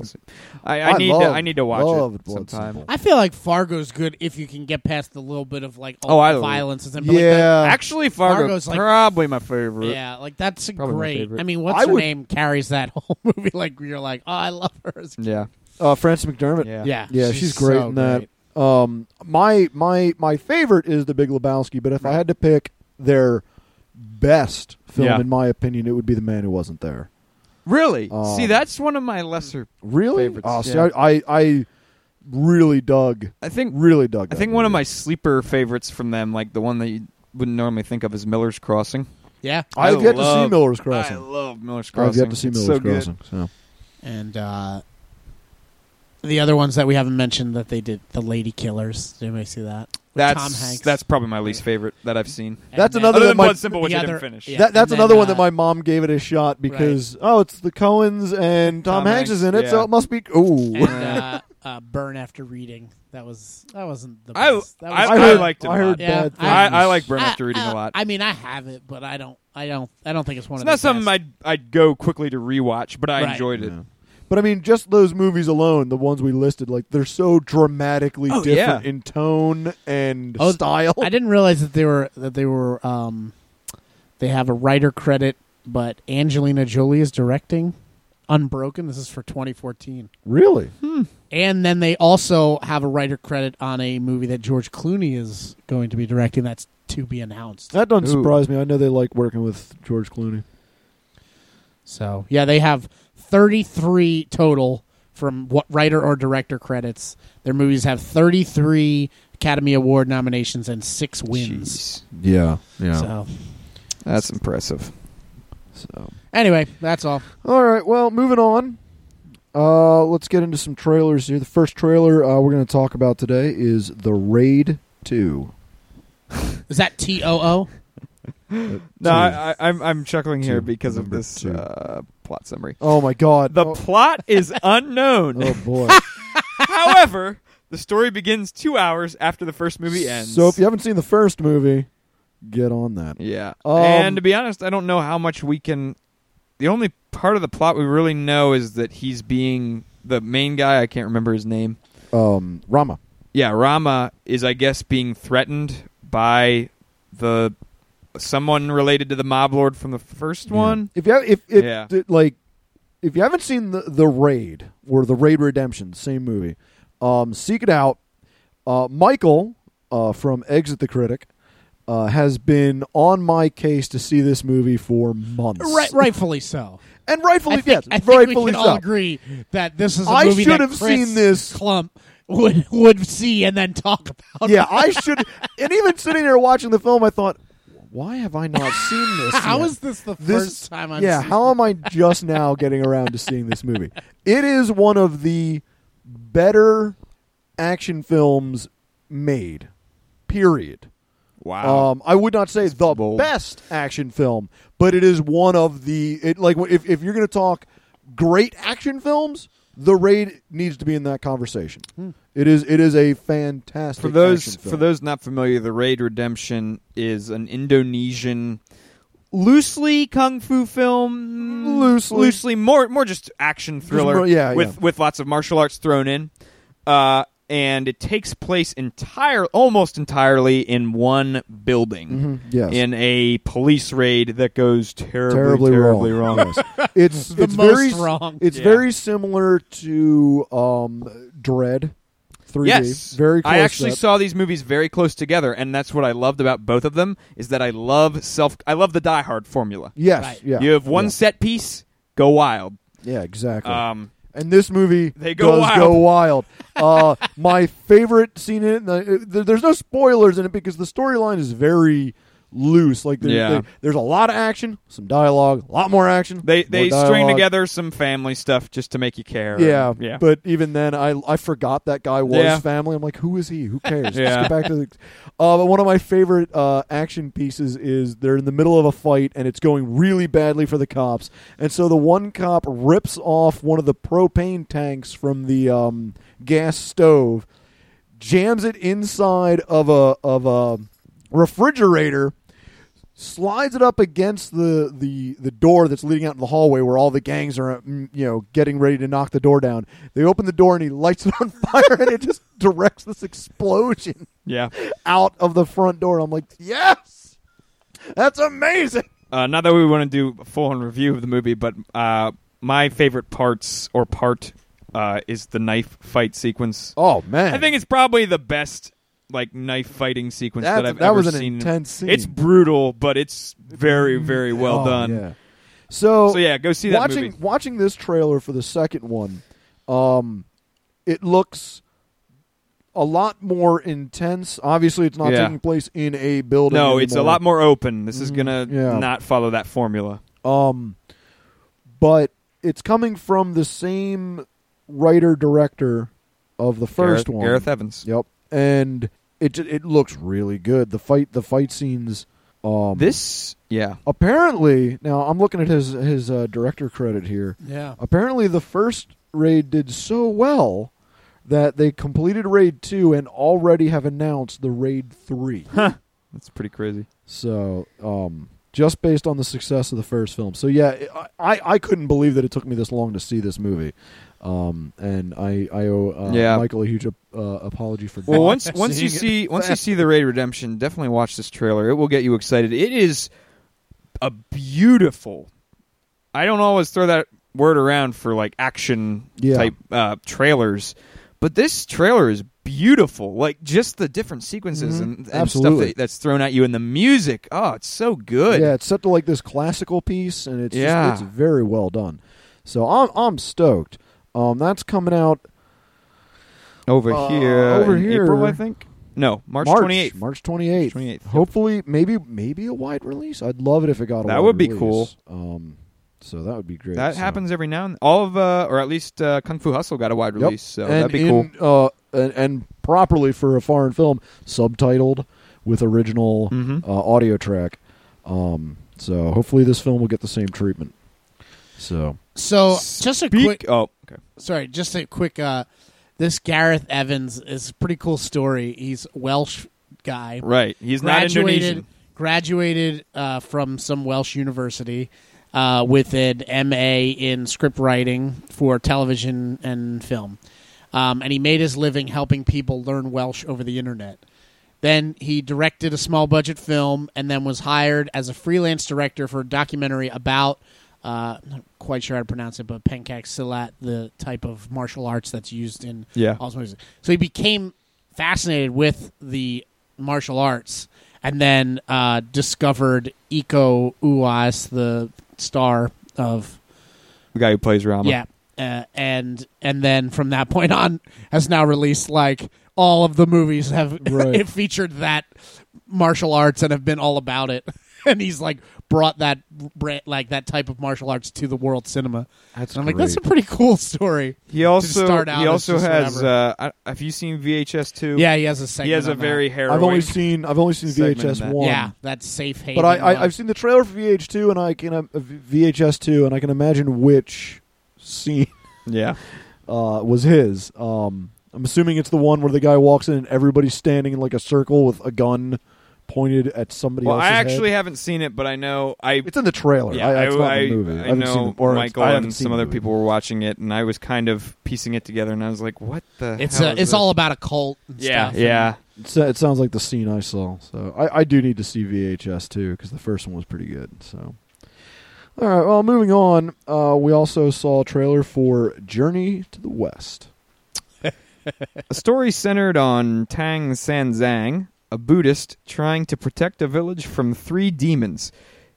I, I I need to loved- I need to watch loved it Blood sometime. Simple. I feel like Fargo's good if you can get past the little bit of like Oh, I- violence and something like that. yeah. Actually, Fargo Fargo's, like- probably my favorite. Yeah, like that's Probably my great. favorite. I mean, what's I her would- name carries that whole movie? Like you're like, oh, I love her. as a kid. yeah, uh, Frances McDermott. yeah. Yeah, Yeah, she's great so in that. great. Um, my my my favorite is The Big Lebowski, but if I had to pick their best film, Yeah. in my opinion, it would be The Man Who Wasn't There. Really? Um, See, that's one of my lesser. Really? Favorites, Oh, see, yeah. I, I I really dug I think really dug. That I think one of my movie. sleeper favorites from them, like the one that you wouldn't normally think of, is Miller's Crossing. Yeah, I've I yet to see love- Miller's I Crossing. Oh, love Miller's Crossing. I've yet to see It's Miller's so good. Crossing. So. and uh, the other ones that we haven't mentioned that they did, the Lady Killers. Did anybody see that? With That's Tom Hanks. that's probably my least favorite that I've seen. And That's then- another Other Other than than my- Blood Simple, which the I didn't other- finish. yeah. that, that's and then, another one uh, that my mom gave it a shot because oh, it's the Cohens and Tom, Tom Hanks, is in it, Hanks, so yeah. it must be. Ooh, And, uh, uh, Burn after reading. That was that wasn't the I- best. That was I- I heard liked it a I heard lot. Yeah, bad things. I- I, I like Burn After Reading a a lot. I mean, I have it, but I don't. I don't. I don't think it's one it's of. not the something best. I'd I'd go quickly to rewatch, but I Right. enjoyed it. Yeah. but I mean, just those movies alone, the ones we listed, like they're so dramatically Oh, different yeah. in tone and Oh, style. I didn't realize that they were that they were um, they have a writer credit, but Angelina Jolie is directing Unbroken. This is for 2014, really? and then they also have a writer credit on a movie that George Clooney is going to be directing. That's to be announced. That doesn't Ooh. surprise me. I know they like working with George Clooney. So yeah, they have 33 total from what writer or director credits. Their movies have 33 Academy Award nominations and six wins. Jeez. Yeah, yeah. So That's impressive. so. anyway, that's all. All right. Well, moving on. Uh, let's get into some trailers here. The first trailer uh, we're going to talk about today is The Raid 2. Is that T O O? No, Two. I, I, I'm I'm chuckling here Two. because of Number this two. uh, plot summary. Oh my god. The oh, plot is unknown. oh, boy. However, the story begins two hours after the first movie ends. so if you haven't seen the first movie, get on that. yeah, Um, and to be honest, I don't know how much we can. The only part of the plot we really know is that he's being the main guy. I can't remember his name. Um, Rama. Yeah, Rama is, I guess, being threatened by the someone related to the mob lord from the first one. If you have, if, if Yeah. th- like if you haven't seen the the raid or the raid redemption, same movie, um, seek it out. Uh, Michael uh, from Exit the Critic uh, has been on my case to see this movie for months, Right, rightfully so. And rightfully, I think, yes, I think we rightfully can so. all agree that this is. a I movie should that have Chris seen this. Clump would would see and then talk about. Yeah, I should. and even sitting there watching the film, I thought, why have I not seen this? How yet? is this the this first time I'm? yeah seeing how am i just now getting around to seeing this movie it is one of the better action films made period Wow. um, i would not say the bold. best action film but it is one of the it like if, if you're going to talk great action films the raid needs to be in that conversation it is it is a fantastic Hmm. for those action for film. those not familiar, the Raid Redemption is an Indonesian loosely kung fu film, Mm, Loosely. loosely more more just action thriller, more- yeah, with yeah. with lots of martial arts thrown in, uh, and it takes place entire almost entirely in one building. Mm-hmm. yes In a police raid that goes terribly, terribly, terribly, wrong. Yes. It's The it's most very wrong. It's Yeah. very similar to um, Dread, three D. Yes, Very. Close I actually up. saw these movies very close together, and that's what I loved about both of them is that I love self. I love the Die Hard formula. Yes. Right. Yeah. You have one Yeah. set piece, go wild. Yeah. Exactly. Um, and this movie They go does wild. go wild. Uh, my favorite scene in it. the- there- There's no spoilers in it because the storyline is very loose. Like there- Yeah. there- there's a lot of action, some dialogue, a lot more action. they more they string dialogue. together some family stuff just to make you care. Yeah, and- yeah. But even then, I I forgot that guy was Yeah. family. I'm like, who is he? Who cares? Yeah. Let's get back to the. Uh, but one of my favorite uh, action pieces is they're in the middle of a fight and it's going really badly for the cops, and so the one cop rips off one of the propane tanks from the um, gas stove, jams it inside of a of a refrigerator slides it up against the, the, the door that's leading out in the hallway where all the gangs are, mm, you know, getting ready to knock the door down. They open the door and he lights it on fire and it just directs this explosion yeah. out of the front door. I'm like, yes, that's amazing. Uh, not that we want to do a full on review of the movie, but uh, my favorite parts or part uh, is the knife fight sequence. Oh man, I think it's probably the best like knife fighting sequence That's- that I've that ever was an seen. intense scene. It's brutal, but it's very very well Oh, done. yeah. So So yeah, go see that watching movie. watching this trailer for the second one, um, it looks a lot more intense. Obviously, it's not Yeah. taking place in a building. No, it's a anymore. lot more open. This is gonna Mm, yeah. not follow that formula. Um, but it's coming from the same writer director of the first Gareth, one. Gareth Evans. Yep, and it ju- it looks really good. The fight the fight scenes. Um, This, yeah, apparently now I'm looking at his his uh, director credit here. Yeah. Apparently, the first raid did so well that they completed raid two and already have announced the raid three. that's pretty crazy. So, um, just based on the success of the first film. So, yeah, I, I, I couldn't believe that it took me this long to see this movie. Um, and I, I owe uh, Yeah. Michael a huge ap- uh, apology for Well, not once once you seeing it. see once you see the Raid Redemption, definitely watch this trailer. It will get you excited. It is a beautiful. I don't always throw that word around for like action Yeah. type uh, trailers, but this trailer is beautiful. Like just the different sequences Mhm. and, and stuff Absolutely. that, that's thrown at you, and the music. Oh, it's so good. Yeah, it's set to like this classical piece, and it's Yeah. just, it's very well done. So I'm I'm stoked. Um, that's coming out Over Uh, here, over in here. April, I think. No, March March twenty eighth. March 28th. 28th, yep. Hopefully, maybe maybe a wide release. I'd love it if it got a That wide would be release. cool. Um, so that would be great. That So- happens every now and all of, uh, or at least uh, Kung Fu Hustle got a wide Yep. release, so and that'd be cool. in, Uh, and, and properly for a foreign film, subtitled with original Mhm. uh, audio track. Um, so hopefully this film will get the same treatment. So So just a Speak- quick Oh, okay. sorry, just a quick. Uh, this Gareth Evans is a pretty cool story. He's a Welsh guy. Right. He's not Indonesian. Graduated uh, from some Welsh university uh, with an MA in script writing for television and film. Um, and he made his living helping people learn Welsh over the internet. Then he directed a small budget film and then was hired as a freelance director for a documentary about, uh, I'm not quite sure how to pronounce it, but Pankak Silat, the type of martial arts that's used in Yeah. all sorts of- So he became fascinated with the martial arts and then uh, discovered Iko Uwais, the star of The guy who plays Rama. yeah, uh, and and then from that point on, has now released like all of the movies have Right. featured that martial arts and have been all about it. And he's like brought that bra- like that type of martial arts to the world cinema. that's And I'm like, that's a pretty cool story. He also start out, he it's also just has. whatever. Uh, I- have you seen VHS two? Yeah, he has a segment. He has a on that. very harrowing. I've only seen I've only seen segment VHS in that. one. yeah, that's safe haven. But I, I like- I've seen the trailer for VH2 and I can uh, VHS two and I can imagine which scene Yeah. uh, was his. Um, I'm assuming it's the one where the guy walks in and everybody's standing in like a circle with a gun pointed at somebody Well, I else's head. actually haven't seen it, but I know I. It's in the trailer. Yeah, I, I, it's not I- in the movie. I haven't know seen the, or it's- Michael I haven't and seen some the other movie. people were watching it, and I was kind of piecing it together, and I was like, "What the? it's hell a, is it's this? all about a cult. And Yeah, stuff. yeah. It sa- it sounds like the scene I saw. So I, I do need to see VHS too because the first one was pretty good. So all right, well, moving on. Uh, we also saw a trailer for Journey to the West. A story centered on Tang Sanzang, a Buddhist trying to protect a village from three demons.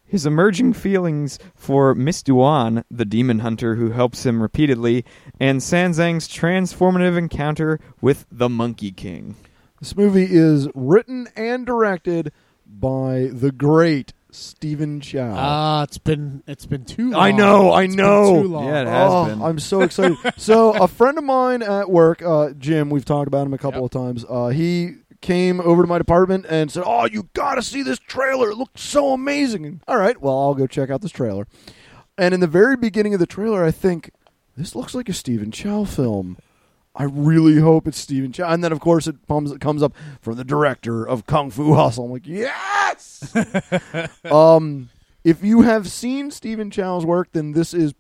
His emerging feelings for Miss Duan, the demon hunter who helps him repeatedly, and Sanzang's transformative encounter with the Monkey King. This movie is written and directed by the great Stephen Chow. Ah, it's been it's been too. long. I know, I It's been know. too long. Yeah, it has Oh, been. I'm so excited. so a friend of mine at work, uh, Jim, we've talked about him a couple of times. Uh, he came over to my department and said, "Oh, you got to see this trailer. It looks so amazing." And, All right, well, I'll go check out this trailer. And in the very beginning of the trailer, I think this looks like a Stephen Chow film. I really hope it's Stephen Chow. And then, of course, it comes, it comes up from the director of Kung Fu Hustle. I'm like, yes. um, if you have seen Stephen Chow's work, then this is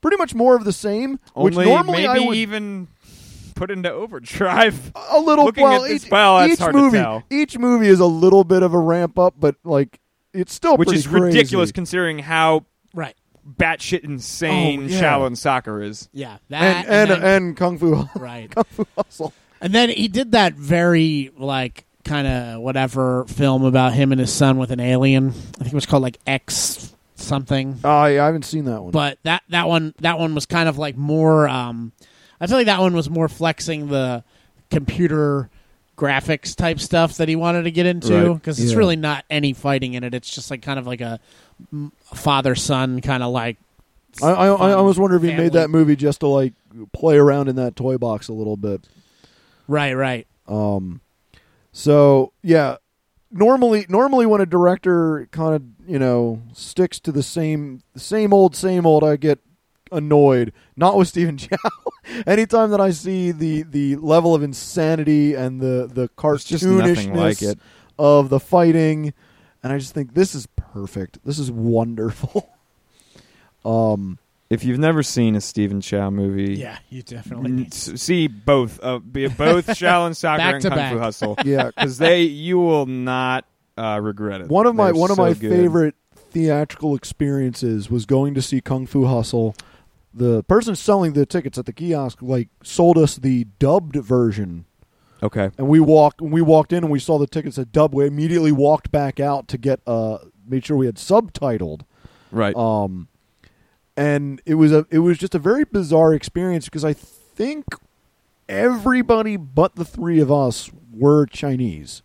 pretty much more of the same. Which Only normally maybe I would even put into overdrive. a little. looking well, at this- each, well, that's each hard to movie, tell. each movie is a little bit of a ramp up, but like it's still Which Oh, pretty is ridiculous crazy. considering how Right. batshit insane Oh, yeah. Shaolin soccer is. Yeah. And That and, then- and, Kung Fu right. Kung Fu Hustle. And then he did that very like kind of whatever film about him and his son with an alien. I think it was called like X something. I Ah, I haven't seen that one. But that that one that one was kind of like more. Um, I feel like that one was more flexing the computer graphics type stuff that he wanted to get into Right. because it's Yeah. really not any fighting in it. It's just like kind of like a father son kind of like. I, I, I fun almost wonder if he family. made that movie just to like play around in that toy box a little bit. Right. Right. Um, so yeah, normally normally when a director kind of you know sticks to the same same old same old, I get annoyed. Not with Stephen Chow. Anytime that I see the the level of insanity and the the There's just nothing cartoonishness like it. of the fighting, and I just think this is perfect. This is wonderful. um. If you've never seen a Stephen Chow movie, Yeah. You definitely. n- Need s- see both uh, be- both Shaolin Soccer Back and to Kung Fu back. Hustle Yeah, because they you will not uh, regret it. One of my They're one of so my good. favorite theatrical experiences was going to see Kung Fu Hustle. The person selling the tickets at the kiosk like sold us the dubbed version, Okay, and we walked when we walked in and we saw the tickets at dub. We immediately walked back out to get uh made sure we had subtitled. right. Um, and it was a it was just a very bizarre experience because I think everybody but the three of us were Chinese,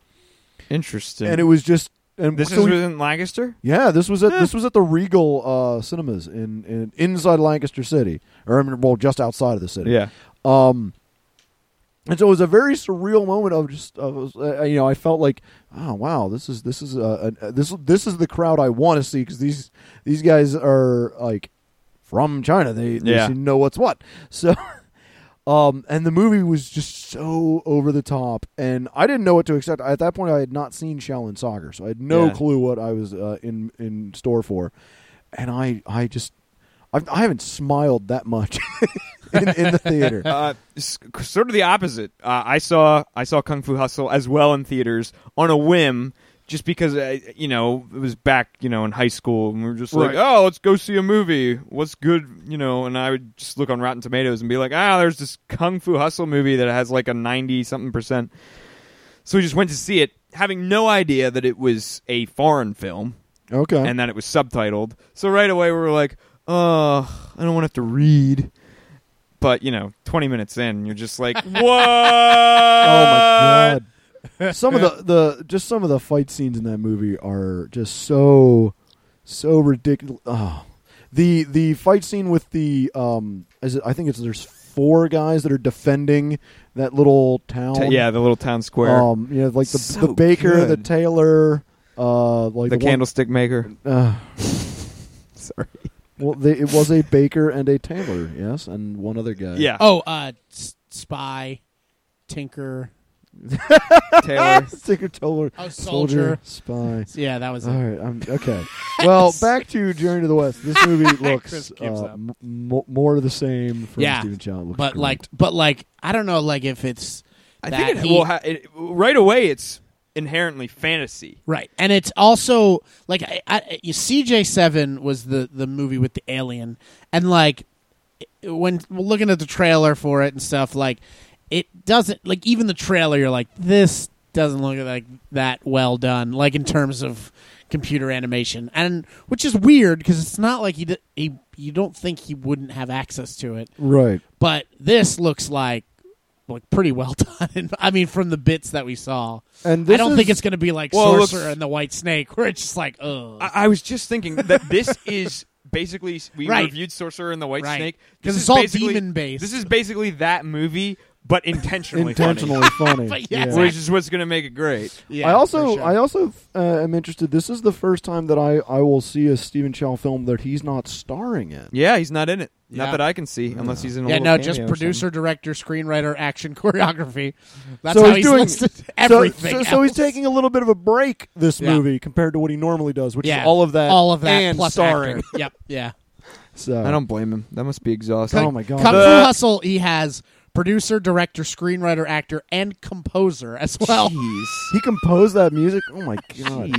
Interesting. and it was just and this so is we- within Lancaster. yeah, this was at Yeah. this was at the Regal uh, Cinemas in, in inside Lancaster City, or I mean, well, just outside of the city. Yeah, Um, And so it was a very surreal moment of just, of, uh, you know, I felt like, oh wow, this is this is uh, an- uh, this this is the crowd I want to see because these these guys are like from China. They they Yeah. should know what's what. So, um, and the movie was just so over the top, and I didn't know what to expect. At that point, I had not seen Shaolin Soccer, so I had no Yeah. clue what I was uh, in in store for, and I I just I've, I haven't smiled that much in, in the theater. uh, s- sort of the opposite. Uh, I saw I saw Kung Fu Hustle as well in theaters on a whim, just because I, you know it was back you know in high school and we were just like, Right. oh, let's go see a movie. What's good, you know? And I would just look on Rotten Tomatoes and be like, ah, there's this Kung Fu Hustle movie that has like a ninety something percent. So we just went to see it, having no idea that it was a foreign film Okay, and that it was subtitled. So right away we were like, "Ugh, I don't want to have to read." But you know, twenty minutes in, you're just like, "What?" oh Uh, Oh my god! Some of the the just some of the fight scenes in that movie are just so so ridiculous. Oh. The the fight scene with the um is it, I think it's there's four guys that are defending that little town. yeah, the little town square, Um, you know, like the So the baker, the good. tailor, uh, like the one- candlestick maker. uh, Sorry. well, they, it was a baker and a tailor, yes, and one other guy. Yeah, Oh, uh, s- spy, tinker. Taylor. Sticker tailor, Oh, soldier, spy. soldier. Yeah, that was All it. Oh, right, I'm okay. Well, back to Journey to the West. This movie looks Chris uh, gives up. m- mo- more of the same from Yeah, Stephen Chow. It looks But great. like, but like, I don't know, like if it's I that think it, he- well, ha- it, right away it's inherently fantasy. Right, and it's also like I, I, you, CJ Seven was the the movie with the alien, and like when looking at the trailer for it and stuff, like it doesn't like even the trailer, you're like this doesn't look like that well done, like in terms of computer animation, and which is weird because it's not like he, di- he you don't think he wouldn't have access to it, right, but this looks like like pretty well done. I mean, from the bits that we saw. and this I don't is- think it's going to be like Well, it looks- Sorcerer and the White Snake, where it's just like, oh, I, I was just thinking that this is basically we Right. reviewed Sorcerer and the White Right. Snake 'Cause This it's is all basically- demon-based. This is basically that movie, but intentionally funny. intentionally funny. But yeah, yeah. exactly. which is what's going to make it great. yeah. I also, for sure. I also uh, am interested. This is the first time that I, I will see a Stephen Chow film that he's not starring in. Yeah, he's not in it. Yeah. Not that I can see, unless he's in. A yeah, little no, just cameo or producer, director, screenwriter, action, choreography. That's So how he's he's doing- listed So- everything. So, so he's else. taking a little bit of a break this Yeah. movie compared to what he normally does, which Yeah. is all of that, all of that and plus starring. actor. Yep, yeah. So something. I don't blame him. That must be exhausting. Oh my god! Kung The- Fu Hustle. He has producer, director, screenwriter, actor, and composer as Oh well. he composed that music. Oh my god!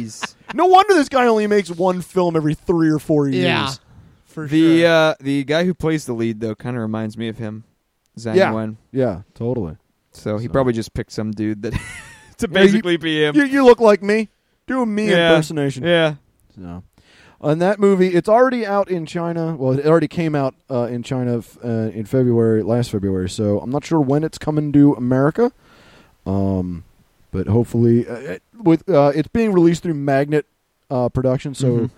No wonder this guy only makes one film every three or four years. Yeah, for The sure. uh, the guy who plays the lead though kind of reminds me of him, Zhang Yeah. Wen. Yeah, totally. So he So- probably just picked some dude that Yeah, you- to basically be him. You, you look like me. Do a me Yeah. impersonation. yeah, So. And that movie, it's already out in China. Well, it already came out uh, in China f- uh, in February, last February. So I'm not sure when it's coming to America. Um, but hopefully, uh, it- with uh, it's being released through Magnet uh, Production. So Mhm.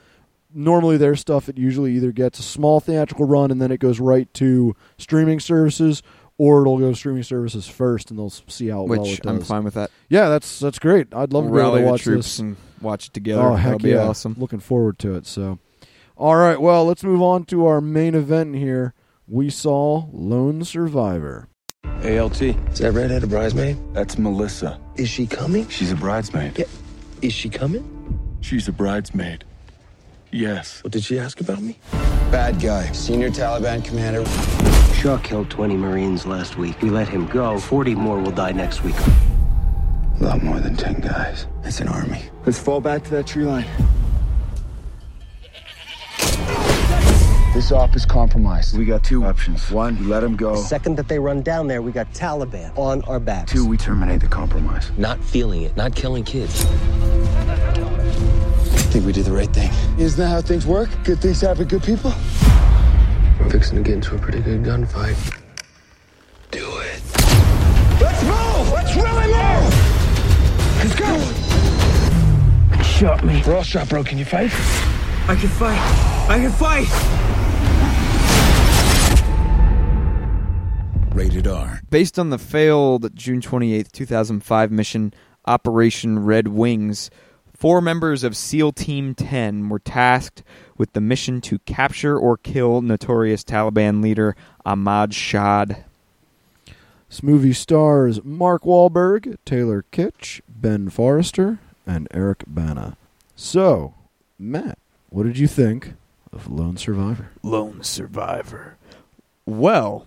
normally their stuff, it usually either gets a small theatrical run and then it goes right to streaming services, or it'll go to streaming services first, and they'll s- see how well which it does. I'm fine with that. Yeah, that's that's great. I'd love to be able Rally to the watch troops this. and watch it together. Oh heck That'll be yeah! awesome. Looking forward to it. So, all right, well, let's move on to our main event here. We saw Lone Survivor. ALT. Is that redheaded bridesmaid? That's Melissa. Is she coming? She's a bridesmaid. Yeah. Is she coming? She's a bridesmaid. Yes. What did she ask about me? Bad guy. Senior Taliban commander. Shaw killed 20 Marines last week. We let him go. 40 more will die next week. A lot more than 10 guys. It's an army. Let's fall back to that tree line. This op is compromised. We got two options. One, we let him go. The second that they run down there, we got Taliban on our backs. Two, we terminate the compromise. Not feeling it, not killing kids. I think we did the right thing. Isn't that how things work? Good things happen to good people? We're fixing to get into a pretty good gunfight. Do it. Let's move! Let's really move! Let's go! Shot me. We're all shot broken, you fight? I can fight. I can fight. Rated R. Based on the failed June 28, 2005 mission Operation Red Wings, four members of SEAL Team 10 were tasked with the mission to capture or kill notorious Taliban leader Ahmad Shad. This movie stars Mark Wahlberg, Taylor Kitsch, Ben Forrester, and Eric Bana. So, Matt, what did you think of Lone Survivor? Lone Survivor. Well,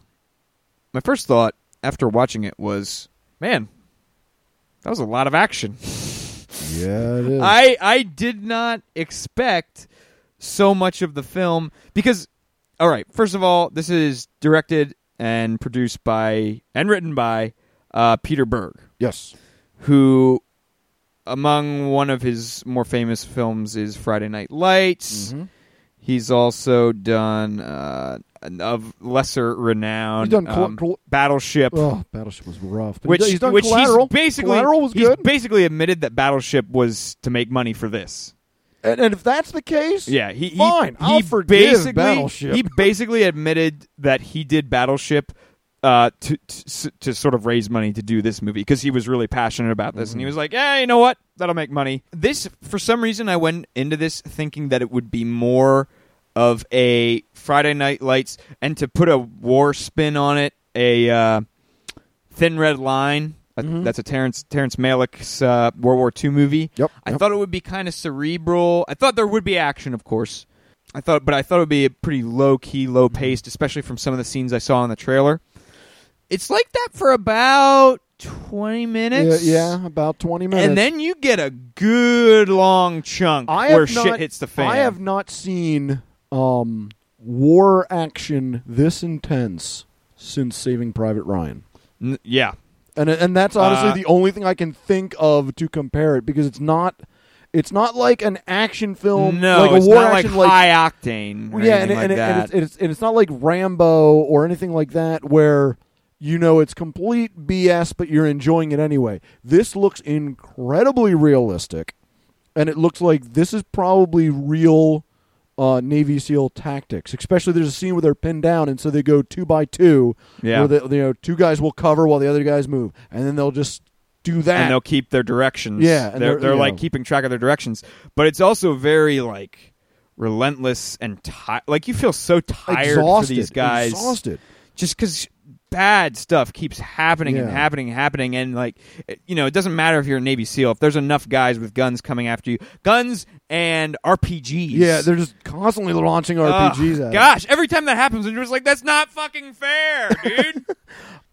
my first thought after watching it was, man, that was a lot of action. Yeah, it is. I I did not expect so much of the film because all right, first of all, this is directed and produced by and written by uh, Peter Berg, yes. who among one of his more famous films is Friday Night Lights. Mm-hmm. He's also done uh, an- of lesser renown He's done Col- um, Col- Battleship Oh, Battleship was rough. But which he's done which Collateral. he's basically Collateral was he's good. basically admitted that Battleship was to make money for this. and, and if that's the case, Yeah, he he, Fine, he I'll forgive basically Battleship. he basically admitted that he did Battleship uh, to, to s- to sort of raise money to do this movie because he was really passionate about this Mm-hmm. and he was like, yeah, you know what, that'll make money. This for some reason I went into this thinking that it would be more of a Friday Night Lights and to put a war spin on it, a uh, Thin Red Line. uh, Mm-hmm. That's a Terrence Terrence Malick's uh, World War II movie. Yep, I yep. thought it would be kind of cerebral. I thought there would be action, of course. I thought, but I thought it would be pretty low key, low paced, especially from some of the scenes I saw in the trailer. It's like that for about twenty yeah, minutes. yeah, about twenty minutes. And then you get a good long chunk I where have not, shit hits the fan. I have not seen um, war action this intense since Saving Private Ryan. N- yeah, and and that's honestly Uh, the only thing I can think of to compare it because it's not it's not like an action film no, like a it's war not action like high octane. Or yeah and, anything like and, that. and, it's, and, it's, and it's not like Rambo or anything like that where you know it's complete BS but you're enjoying it anyway. This looks incredibly realistic, and it looks like this is probably real. Uh, Navy SEAL tactics, especially there's a scene where they're pinned down, and so they go two by two, yeah. where the, you know two guys will cover while the other guys move, and then they'll just do that. and they'll keep their directions. Yeah, and they're they're- they're, you like know. keeping track of their directions, but it's also very like relentless and tired. Like you feel so tired exhausted for these guys, Exhausted. just because bad stuff keeps happening and Yeah. happening and happening, and like it- you know, it doesn't matter if you're a Navy SEAL if there's enough guys with guns coming after you, guns and RPGs. Yeah, they're just constantly launching Ugh, RPGs at. us. gosh, every time that happens, and you're just like, "That's not fucking fair, dude."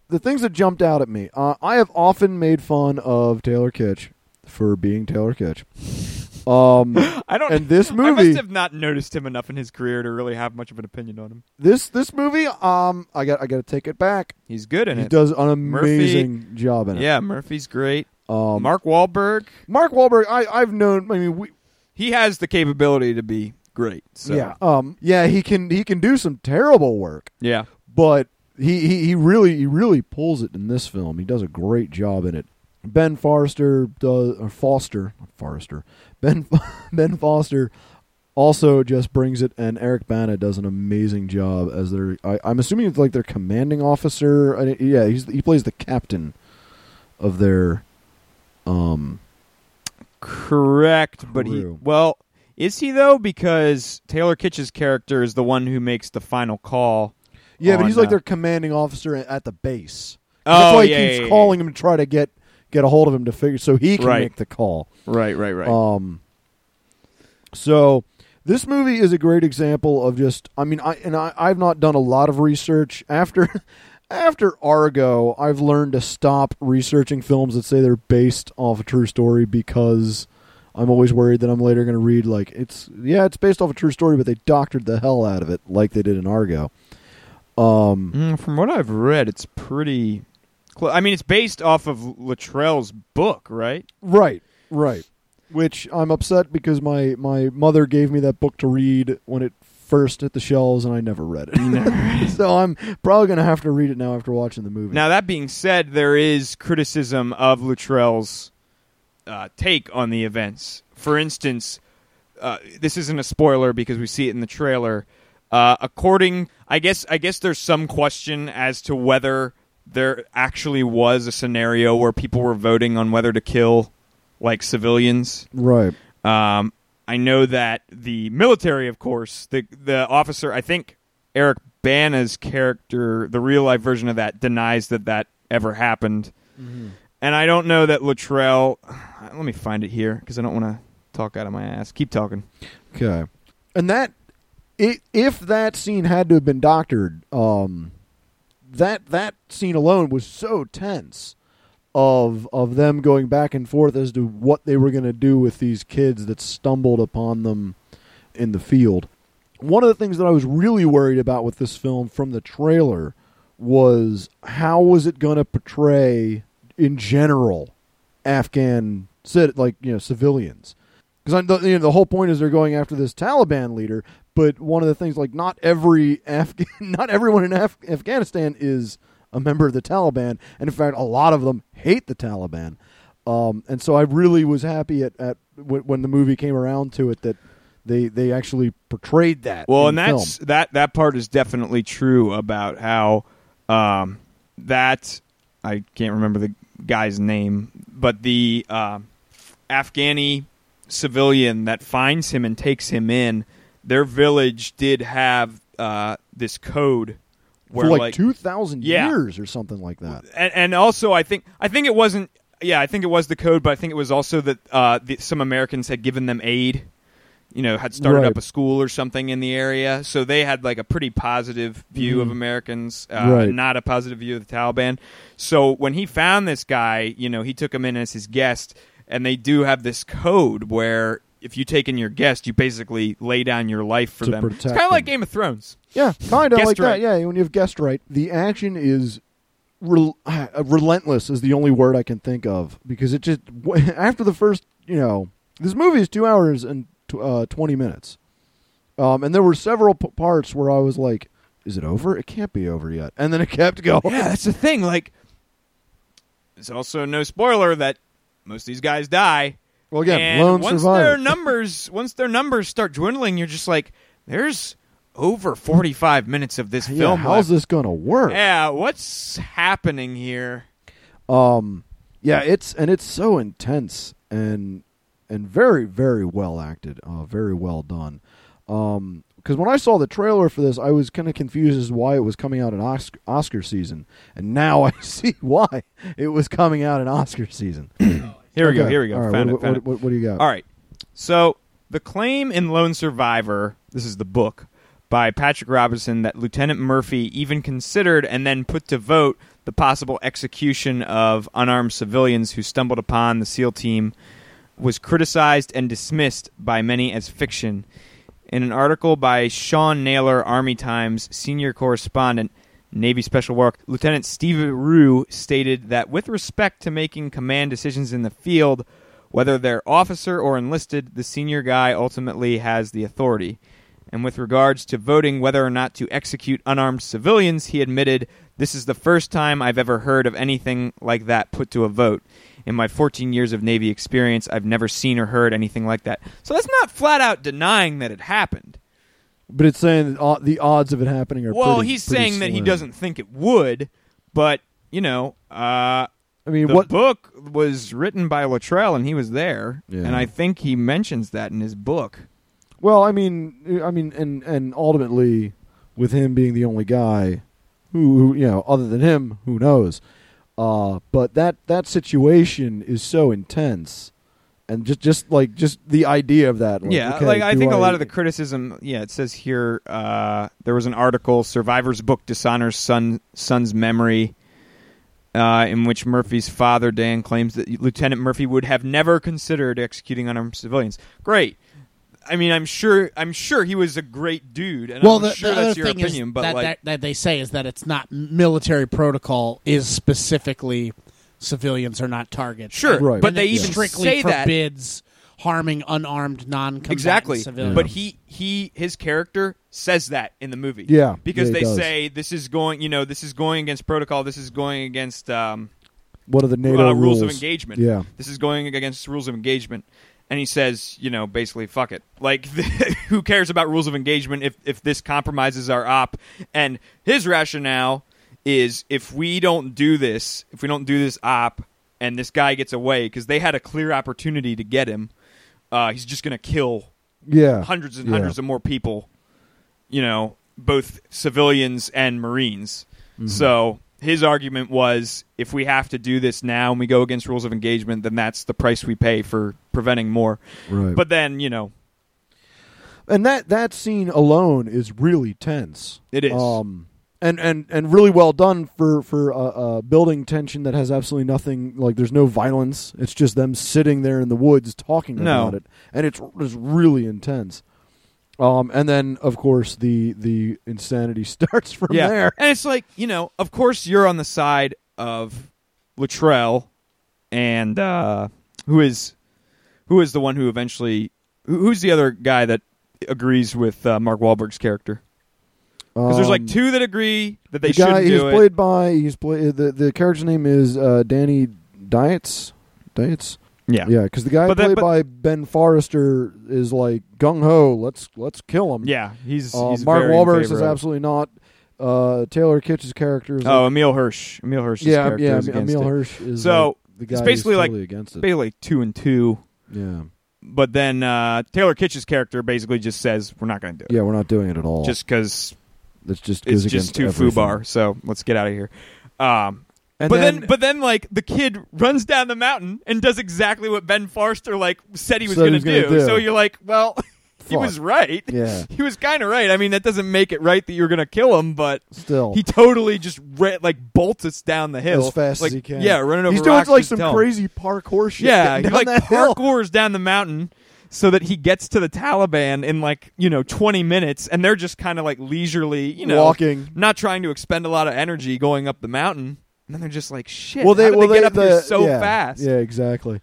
The things that jumped out at me. Uh, I have often made fun of Taylor Kitsch for being Taylor Kitsch. Um, I don't. and this I movie, must have not noticed him enough in his career to really have much of an opinion on him. this this movie, um, I got I got to take it back. He's good in He it. does an amazing job in it. Yeah, Murphy's great. Um, Mark Mark Wahlberg, Mark Wahlberg, I I've known. I mean, we, he has the capability to be great. So. yeah, um, yeah, he can he can do some terrible work. yeah. but he, he, he really he really pulls it in this film. He does a great job in it. Ben Forrester does or Foster not Forrester Ben Ben Foster also just brings it, and Eric Bana does an amazing job as their. I, I'm assuming it's like their commanding officer. I, yeah, he's, he plays the captain of their. Um, Correct, but he True. well is he though because Taylor Kitsch's character is the one who makes the final call. yeah, but on, he's like uh, their commanding officer at the base. That's Oh, why he yeah, keeps yeah, yeah, calling him to try to get get a hold of him to figure so he can Right. make the call. Right, right, right. Um, so this movie is a great example of just. I mean, I and I, I've not done a lot of research after. After Argo, I've learned to stop researching films that say they're based off a true story because I'm always worried that I'm later going to read like it's yeah, it's based off a true story, but they doctored the hell out of it like they did in Argo. Um, Mm, from what I've read, it's pretty. Cl- I mean, it's based off of Latrell's book, right? Right, right. Which I'm upset because my my mother gave me that book to read when it first hit the shelves, and I never read it. so I'm probably gonna have to read it now after watching the movie. Now that being said, there is criticism of Luttrell's uh, take on the events. For instance, uh, this isn't a spoiler because we see it in the trailer. Uh, according, I guess, I guess there's some question as to whether there actually was a scenario where people were voting on whether to kill like civilians. Right. Um, I know that the military, of course, the the officer, I think Eric Bana's character, the real life version of that, denies that that ever happened. And I don't know that Luttrell. Let me find it here because I don't want to talk out of my ass. Keep talking. Okay. And that i if that scene had to have been doctored, um that that scene alone was so tense of of them going back and forth as to what they were going to do with these kids that stumbled upon them in the field. One of the things that I was really worried about with this film from the trailer was how was it going to portray in general Afghan cit- like you know civilians because you know, the whole point is they're going after this Taliban leader. But one of the things, like, not every Afghan, not everyone in Af- Afghanistan is a member of the Taliban, and in fact, a lot of them hate the Taliban. Um, and so I really was happy at, at w- when the movie came around to it that they they actually portrayed that. Well, in and that's film. that that part is definitely true about how um, that I can't remember the guy's name, but the uh, Afghani civilian that finds him and takes him in, their village did have uh, this code where for like, like two thousand Yeah. years or something like that. and, and also I think I think it wasn't yeah I think it was the code but I think it was also that uh, the, some Americans had given them aid you know had started Right. up a school or something in the area so they had like a pretty positive view of Americans uh, Mm-hmm. Right. not a positive view of the Taliban so when he found this guy you know he took him in as his guest and they do have this code where if you take in your guest you basically lay down your life for To them it's protect kind of like them. Game of Thrones Yeah, kind of Guessed like right. that. Yeah, when you have guessed right, the action is rel- uh, relentless. Is the only word I can think of because it just w- after the first, you know, this movie is two hours and tw- uh, twenty minutes, um, and there were several p- parts where I was like, "Is it over? It can't be over yet," and then it kept going. Yeah, that's the thing. Like, it's also no spoiler that most of these guys die. Well, again, and lone once survivor. their numbers, once their numbers start dwindling, you're just like, there's over 45 minutes of this Yeah, film. how's left. this gonna work? Yeah, what's happening here? Um, yeah, it's and it's so intense and and very very well acted, uh, very well done. Um, because when I saw the trailer for this, I was kind of confused as to why it was coming out in Osc- Oscar season, and now I see why it was coming out in Oscar season. Here we go. Okay, Here we go. all right, Found what, it, what, found it. what- what do you got? All right. So the claim in Lone Survivor, this is the book by Patrick Robinson, that Lieutenant Murphy even considered and then put to vote the possible execution of unarmed civilians who stumbled upon the SEAL team was criticized and dismissed by many as fiction. In an article by Sean Naylor, Army Times senior correspondent, Navy Special Work, Lieutenant Steve Rue stated that with respect to making command decisions in the field, whether they're officer or enlisted, the senior guy ultimately has the authority. And with regards to voting whether or not to execute unarmed civilians, he admitted, This is the first time I've ever heard of anything like that put to a vote. In my 14 years of Navy experience, I've never seen or heard anything like that. So that's not flat out denying that it happened. but it's saying that, uh, the odds of it happening are Well, pretty- he's pretty saying that he slim. doesn't think it would, but, you know, uh, I mean, the what? book was written by Luttrell and he was there. Yeah. And I think he mentions that in his book. Well, I mean, I mean, and and ultimately, with him being the only guy, who, who you know, other than him, who knows? Uh, but that that situation is so intense, and just just like just the idea of that. Like, yeah, okay, like I do think a lot of the criticism. Yeah, it says here uh, there was an article, "Survivor's Book Dishonors Son Son's Memory," uh, in which Murphy's father Dan claims that Lieutenant Murphy would have never considered executing unarmed civilians. Great. I mean, I'm sure. I'm sure he was a great dude, and well, I'm the, sure the that's other your thing opinion. is but that, like, that, that they say is that it's not military protocol is specifically civilians are not targets. sure, Right. but And they it even strictly say that forbids harming unarmed non-combatant exactly civilians. but he he his character says that in the movie Yeah, because yeah, he they does. say this is going you know this is going against protocol this is going against um, what are the uh, NATO rules of engagement Yeah, this is going against rules of engagement and he says you know basically fuck it like who cares about rules of engagement if if this compromises our op and his rationale is if we don't do this, if we don't do this op, and this guy gets away because they had a clear opportunity to get him, uh, he's just gonna kill yeah, hundreds and yeah. hundreds of more people, you know, both civilians and Marines. Mm-hmm. So his argument was if we have to do this now and we go against rules of engagement, then that's the price we pay for preventing more. Right. But then, you know, and that that scene alone is really tense. It is. um, and and and really well done for for uh, uh, building tension that has absolutely nothing. Like there's no violence. It's just them sitting there in the woods talking No. about it, and it's it's really intense. Um, and then of course the the insanity starts from yeah. there. And it's like, you know, of course you're on the side of Latrell and uh who is who is the one who eventually who, who's the other guy that agrees with uh, Mark Wahlberg's character? Because there's like Um, two that agree that they the guy shouldn't he's do it. played by he's played the the character's name is uh, Danny Diets Diets. yeah. Yeah, because the guy But that- played but- by Ben Forrester is like gung ho. Let's let's kill him. Yeah, he's, Uh, he's Mark very in Wahlberg is favor of it. absolutely not. Uh, Taylor Kitsch's character is Oh, like, Emil Hirsch. Emil Hirsch's yeah, character yeah. is against Emil it. Hirsch is So, like, the guy it's basically who's like- totally against it. Basically two and two, Yeah, but then uh, Taylor Kitsch's character basically just says we're not going to do it yeah. We're not doing it at all. just because it's just goes it's just against too everything. foobar. So let's get out of here. Um, And but then, but then, like the kid runs down the mountain and does exactly what Ben Forster like said he was Said he going to was gonna do. do. So you're like, well, he Fuck. was right. Yeah. he was kind of right. I mean, that doesn't make it right that you're going to kill him, but still he totally just re- like bolts us down the hill as fast like, as he can. Yeah, running over. He's doing rocks, like just some tell him. crazy parkour shit. Yeah, he down like that hill. parkours down the mountain so that he gets to the Taliban in like you know 20 minutes, and they're just kind of like leisurely, you know, Walking. not trying to expend a lot of energy going up the mountain. And then they're just like, shit. Well, they how did well they get they- up here the- so yeah, fast. Yeah, exactly.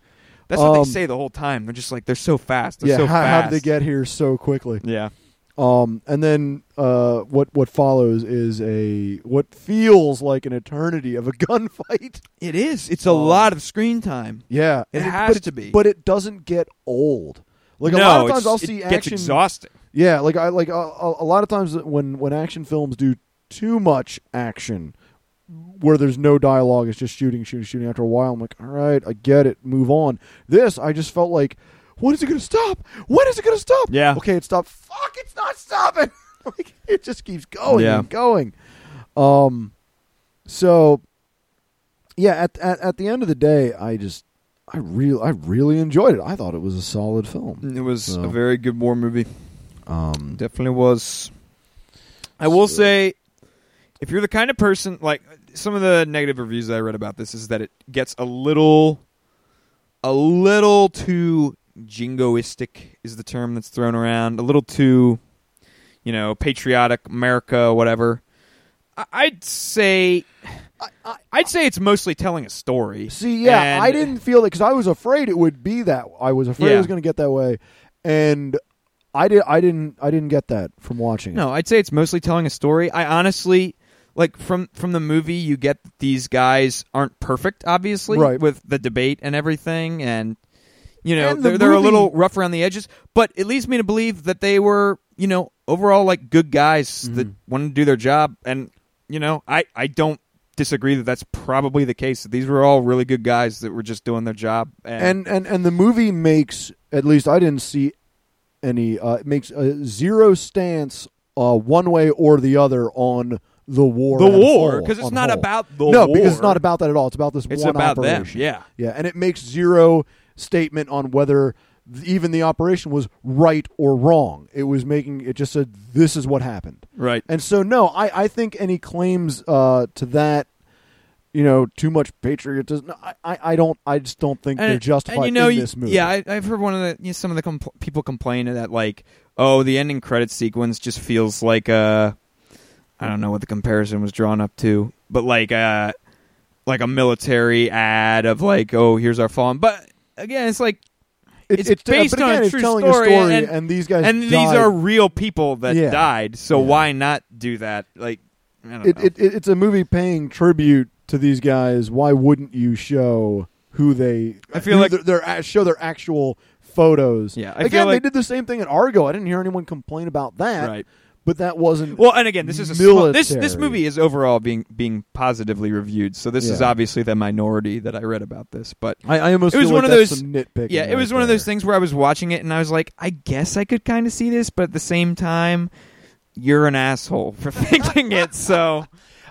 That's what Um, they say the whole time. They're just like, they're so fast. They're Yeah, so how, fast. how did they get here so quickly? Yeah, Um, and then uh, what what follows is a what feels like an eternity of a gunfight. it is. It's a Um, lot of screen time. Yeah, It And has but it- to be. but it doesn't get old. Like a No, lot of it's- times, I'll it see gets action. exhausting. Yeah, like I like a, a a lot of times when when action films do too much action, where there's no dialogue, it's just shooting, shooting, shooting. After a while, I'm like, all right, I get it, move on. This, I just felt like, when is it going to stop? When is it going to stop? Yeah. okay, it stopped. Fuck, it's not stopping. like it just keeps going Yeah. and going. Um, so yeah, at, at at the end of the day, I just. I real I really enjoyed it. I thought it was a solid film. It was So. a very good war movie. Um, Definitely was. I will say, if you're the kind of person like some of the negative reviews that I read about this is that it gets a little, a little too jingoistic is the term that's thrown around. A little too, you know, patriotic America, whatever. I- I'd say, I'd say it's mostly telling a story. See, yeah, And- I didn't feel that because I was afraid it would be that. I was afraid it Yeah. was going to get that way, and I did. I didn't. I didn't get that from watching. it. No, I'd say it's mostly telling a story. I honestly like from from the movie you get that these guys aren't perfect obviously Right. with the debate and everything and you know And the they're, they're a movie- little rough around the edges but it leads me to believe that they were you know overall like good guys Mm-hmm. that wanted to do their job and you know I I don't disagree that that's probably the case that these were all really good guys that were just doing their job and and, and and the movie makes at least I didn't see any. Uh, it makes a zero stance, uh, one way or the other on the war. the on war whole- because it's on not whole. about the no, war because it's not about that at all. It's about this It's one about them, operation. yeah. yeah, and it makes zero statement on whether th- even the operation was right or wrong. It was making it just said this is what happened, right and so no, I I think any claims uh, to that. You know, too much patriotism. I, I, I don't. I just don't think they're it- justified you know, in you- this movie. Yeah, I, I've heard one of the you know, some of the compl- people complain that like, oh, the ending credit sequence just feels like uh, I don't know what the comparison was drawn up to, but like uh, like a military ad of like, oh, here's our fallen. But again, it's like It- It's it's based but again, on a it's true telling story, a story, and- and, these guys and these died. are real people that Yeah. died, so Yeah. why not do that? Like, I don't It, know. it, it- it's a movie paying tribute to these guys. Why wouldn't you show who they? I feel who like- their, their a- show their actual photos. Yeah, I feel again, like- they did the same thing in Argo. I didn't hear anyone complain about that. right. but that wasn't. Well, and again, this is a small, this uh, this Military. movie is overall being being positively reviewed. So this is Yeah. obviously the minority that I read about this, but I, I almost it was feel one like of that's those- some nitpicking. yeah, it right was one of those there. things where I was watching it and I was like, I guess I could kind of see this, but at the same time, you're an asshole for thinking it. So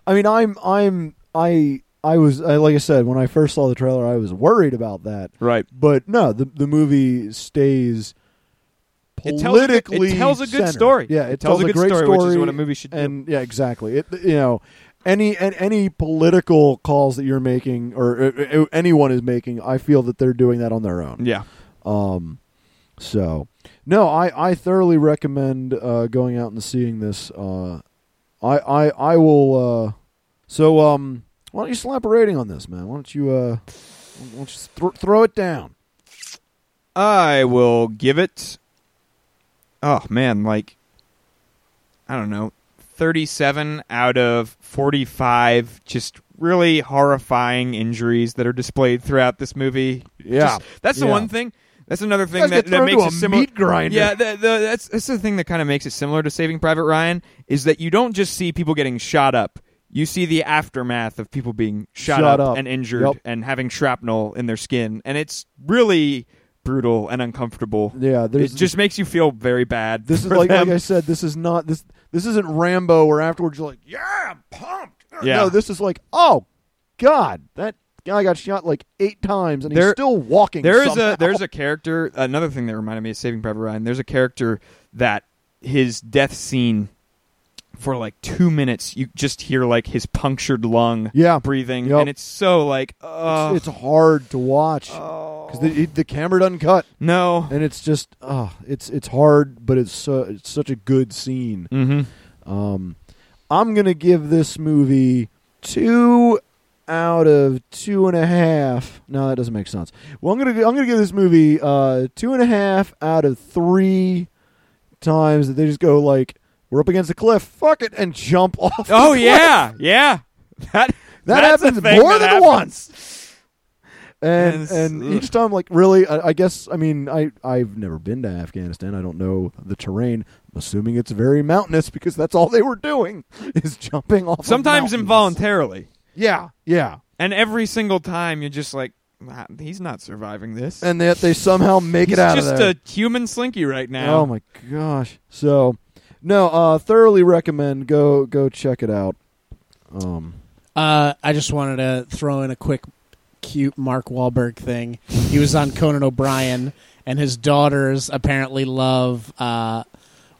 I mean, I'm I'm I I was I, like I said when I first saw the trailer, I was worried about that. right, But no, the the movie stays It tells a good- it politically. tells a good centered. story. Yeah, It tells a good great story, which is what a movie should do. And yeah, exactly. It you know any and any political calls that you're making or uh, uh, anyone is making, I feel that they're doing that on their own. yeah, Um, so no, I I thoroughly recommend uh, going out and seeing this. Uh, I I I will. Uh, so um, why don't you slap a rating on this, man? Why don't you uh, why don't you thro- throw it down? I will give it. Oh man, like I don't know, thirty-seven out of forty-five. Just really horrifying injuries that are displayed throughout this movie. Yeah, Just- that's the Yeah. one thing. That's another thing Guys that, get that thrown makes to it a similar. meat grinder. Yeah, the, the, that's that's the thing that kind of makes it similar to Saving Private Ryan is that you don't just see people getting shot up. You see the aftermath of people being shot, Shot up. and injured Yep. and having shrapnel in their skin, and it's really brutal and uncomfortable. Yeah, it there's just makes you feel very bad. This is for like, like them. I said. This is not this. This isn't Rambo, where afterwards you're like, "Yeah, I'm pumped." Yeah. No, this is like, "Oh God, that guy got shot like eight times, and There- he's still walking." There is somehow." a there's a character. Another thing that reminded me of Saving Private Ryan. There's a character that his death scene for like two minutes. You just hear like his punctured lung, Yeah. breathing, Yep. and it's so like, uh, It's, it's hard to watch oh. because the, the camera doesn't cut, no. and it's just, uh, it's it's hard, but it's so, it's such a good scene. Mm-hmm. Um, I'm gonna give this movie two out of two and a half. No, that doesn't make sense. Well, I'm gonna I'm gonna give this movie uh two and a half out of three times that they just go like we're up against a cliff, fuck it, and jump off. the Oh cliff. yeah, yeah. That That that's a happens thing more that than happens. once. And Yes. and Ugh. each time, like really, I, I guess I mean I I've never been to Afghanistan. I don't know the terrain. I'm assuming it's very mountainous because that's all they were doing is jumping off. of Sometimes mountains. involuntarily, Yeah, yeah. and every single time you're just like, "Ah, he's not surviving this. And that they somehow make he's it out just of there. a human slinky right now. Oh my gosh! So, no, uh, thoroughly recommend. Go go check it out. Um, Uh, I just wanted to throw in a quick, cute Mark Wahlberg thing. He was on Conan O'Brien, and his daughters apparently love uh,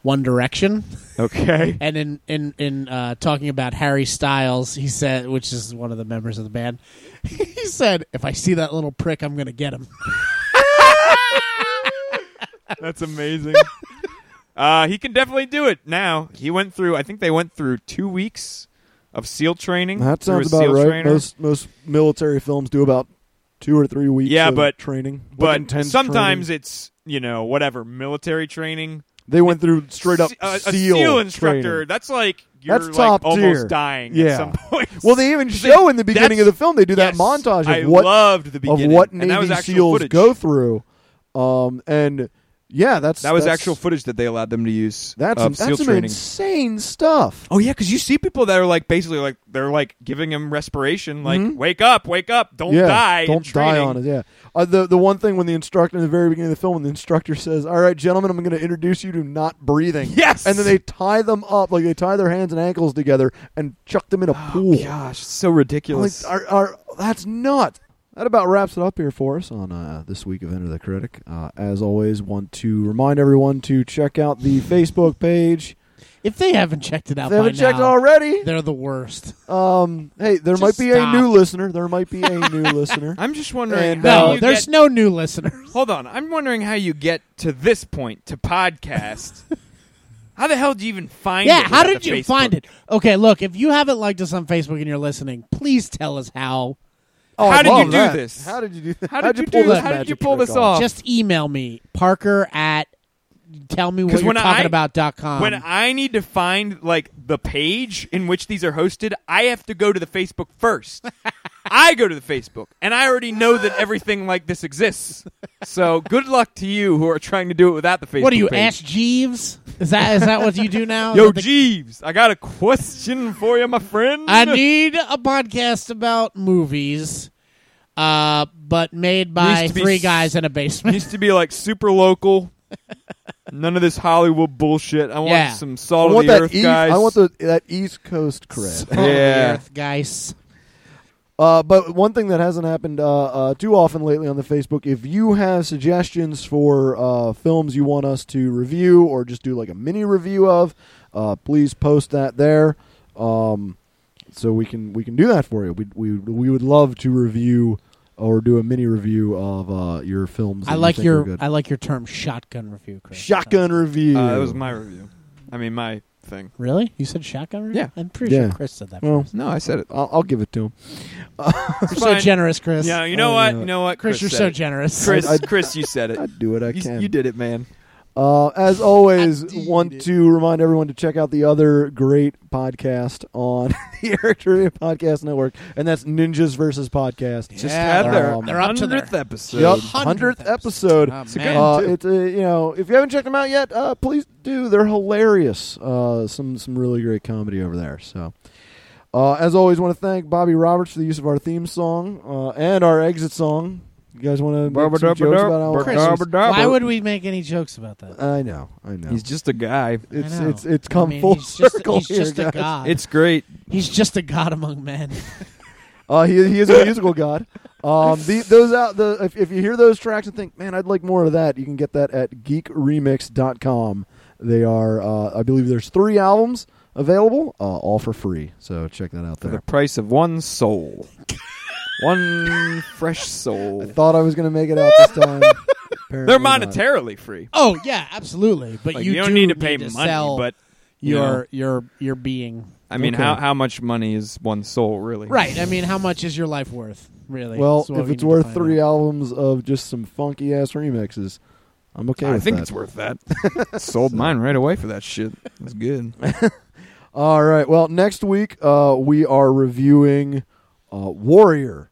One Direction. Okay. And in in in uh, talking about Harry Styles, he said, which is one of the members of the band, he said, "If I see that little prick, I'm gonna get him." That's amazing. uh, he can definitely do it now. He went through. I think they went through two weeks of SEAL training. that through a sounds about SEAL right. trainer. Most most military films do about two or three weeks. Yeah, of but- training, Like but intense sometimes training. it's you know whatever military training. they went through straight up Se- uh, a, a seal, instructor. training. That's like you're That's like top almost tier. dying Yeah. at some point. Well, they even show in the beginning of that's- the film. They do that Yes, montage of I what loved the of beginning what and that was Navy actual SEAls footage. go through. Um, and yeah, that's That was that's- actual footage that they allowed them to use. That's of that's SEAL some training. insane stuff. Oh yeah, because you see people that are like basically like they're like giving him respiration, like wake up, wake up, don't Mm-hmm. yeah, die, in don't die training." on it. Yeah, uh, the the one thing when the instructor in the very beginning of the film, when the instructor says, "All right, gentlemen, I'm going to introduce you to not breathing." Yes! and then they tie them up like they tie their hands and ankles together and chuck them in Oh, a pool. Gosh, so I'm like, ridiculous. are- are- that's nuts. That about wraps it up here for us on uh, this week of Enter the Critic. Uh, as always, want to remind everyone to check out the Facebook page. If they haven't checked it out, If they haven't by checked now, already. They're the worst. Um, hey, there Just might be stop. a new listener. There might be a new listener. I'm just wondering. And, how uh, No, you there's get- no new listeners. Hold on, I'm wondering how you get to this point to podcast. how the hell did you even find? Yeah, it how without did the you Facebook? find it? Okay, look, if you haven't liked us on Facebook and you're listening, please tell us how. Oh, How I did you love do that. this? How did you do that? How How'd did you pull do? this How did you magic pull trick this off? off? Just email me, Parker at tell me what 'Cause you're when talking I- about dot com. when I need to find like the page in which these are hosted, I have to go to the Facebook first. I go to the Facebook, and I already know that everything like this exists. So good luck to you who are trying to do it without the Facebook. What are you, page. Ash Jeeves? Is that is that what you do now? Yo, Is that the- Jeeves, I got a question for you, my friend. I need a podcast about movies, uh, but made by Needs to be three s- guys in a basement. needs to be like super local. None of this Hollywood bullshit. I want Yeah. some I salt want of the that earth east, guys. I want the, that East Coast cred. Holy Yeah. Earth, guys. Uh, but one thing that hasn't happened uh, uh, too often lately on the Facebook, if you have suggestions for uh, films you want us to review or just do like a mini review of, uh, please post that there, um, so we can we can do that for you. We we we would love to review or do a mini review of uh, your films. that I you like think are your good. I like your term shotgun review, Chris. shotgun review. Uh, that was my review. I mean, my thing. Really? You said shotgun review? Yeah. I'm pretty Yeah. sure Chris said that. Well, first. No, I said it. I'll, I'll give it to him. You're so fine. generous, Chris. Yeah, you know Oh, what? yeah. You know what? Chris, you're so said it. generous. Chris, I- I- Chris, you said it. I'd do what I You, can. you did it, man. Uh, as always, Indeed. want to remind everyone to check out the other great podcast on the Eric Trivia Podcast Network, and that's Ninjas versus Podcast. Just Yeah, had they're- their um, they're up to their- 100th episode. Yup, 100th hundredth episode. Oh, a man. good- Uh, too. it's uh, you know if you haven't checked them out yet, uh, please do. They're hilarious. Uh, some some really great comedy over there. So, uh, as always, want to thank Bobby Roberts for the use of our theme song uh, and our exit song. You guys want to make some jokes about how Chris, why would we make any jokes about that? Uh, I know, I know. He's just a guy. it's know. it's it's come I mean, full he's just- circle he's here, just a guys. god. It's great. he's just a god among men. Uh, he, he is a musical god. Um, the, those out the if, if you hear those tracks and think, man, I'd like more of that, you can get that at geekremix.com. They are, uh, I believe, there's three albums available, uh, all for free. So check that out For the there. price of one soul. one fresh soul. Thought I was gonna make it out this time. Apparently They're not. monetarily free. Oh yeah, absolutely. But Like, you, you, don't do need to pay money, sell but you know, your your your being. I mean, Okay. how how much money is one soul really? Right. I mean, how much is your life worth, really? Well, That's what if we it's need to worth find three out. albums of just some funky ass remixes, I'm okay. I with think that. it's worth that. Sold mine right away for that shit. That's good. All right. Well, next week uh, we are reviewing uh, Warrior.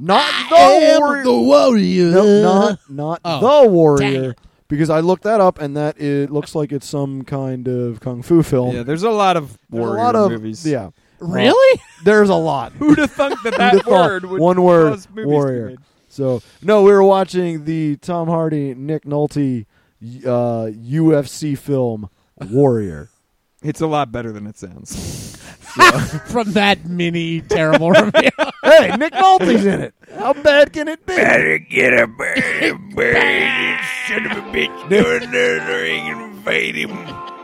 not the Warrior. warrior. No, not not Oh, the dang Warrior. Because I looked that up, and that it looks like it's some kind of kung fu film. Yeah, there's a lot of there's warrior a lot of movies. yeah. really. There's a lot. Who'd have thunk that Who'd have that thought? word would one word cause movies to be warrior. made? So no, we were watching the Tom Hardy Nick Nolte uh, UFC film Warrior. It's a lot better than it sounds. From that mini terrible review. hey, Nick Nolte's in it. How bad can it be? Get a bird, bird, son of a bitch. Go in there in the ring and fight him.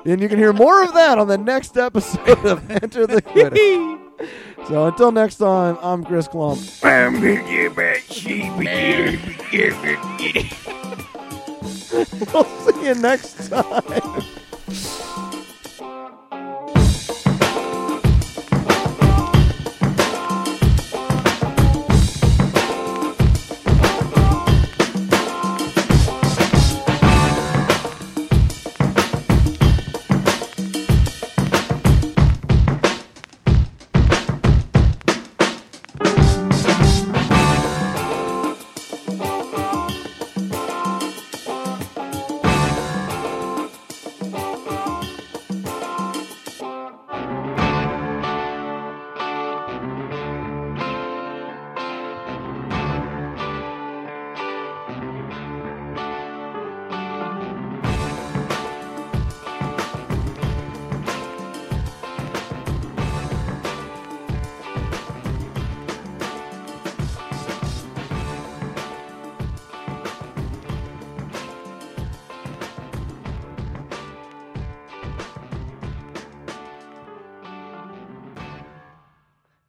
And you can hear more of that on the next episode of Enter the Critic. so until next time, I'm Chris Klump. I'm gonna get back sheep again. Get it. we'll see you next time.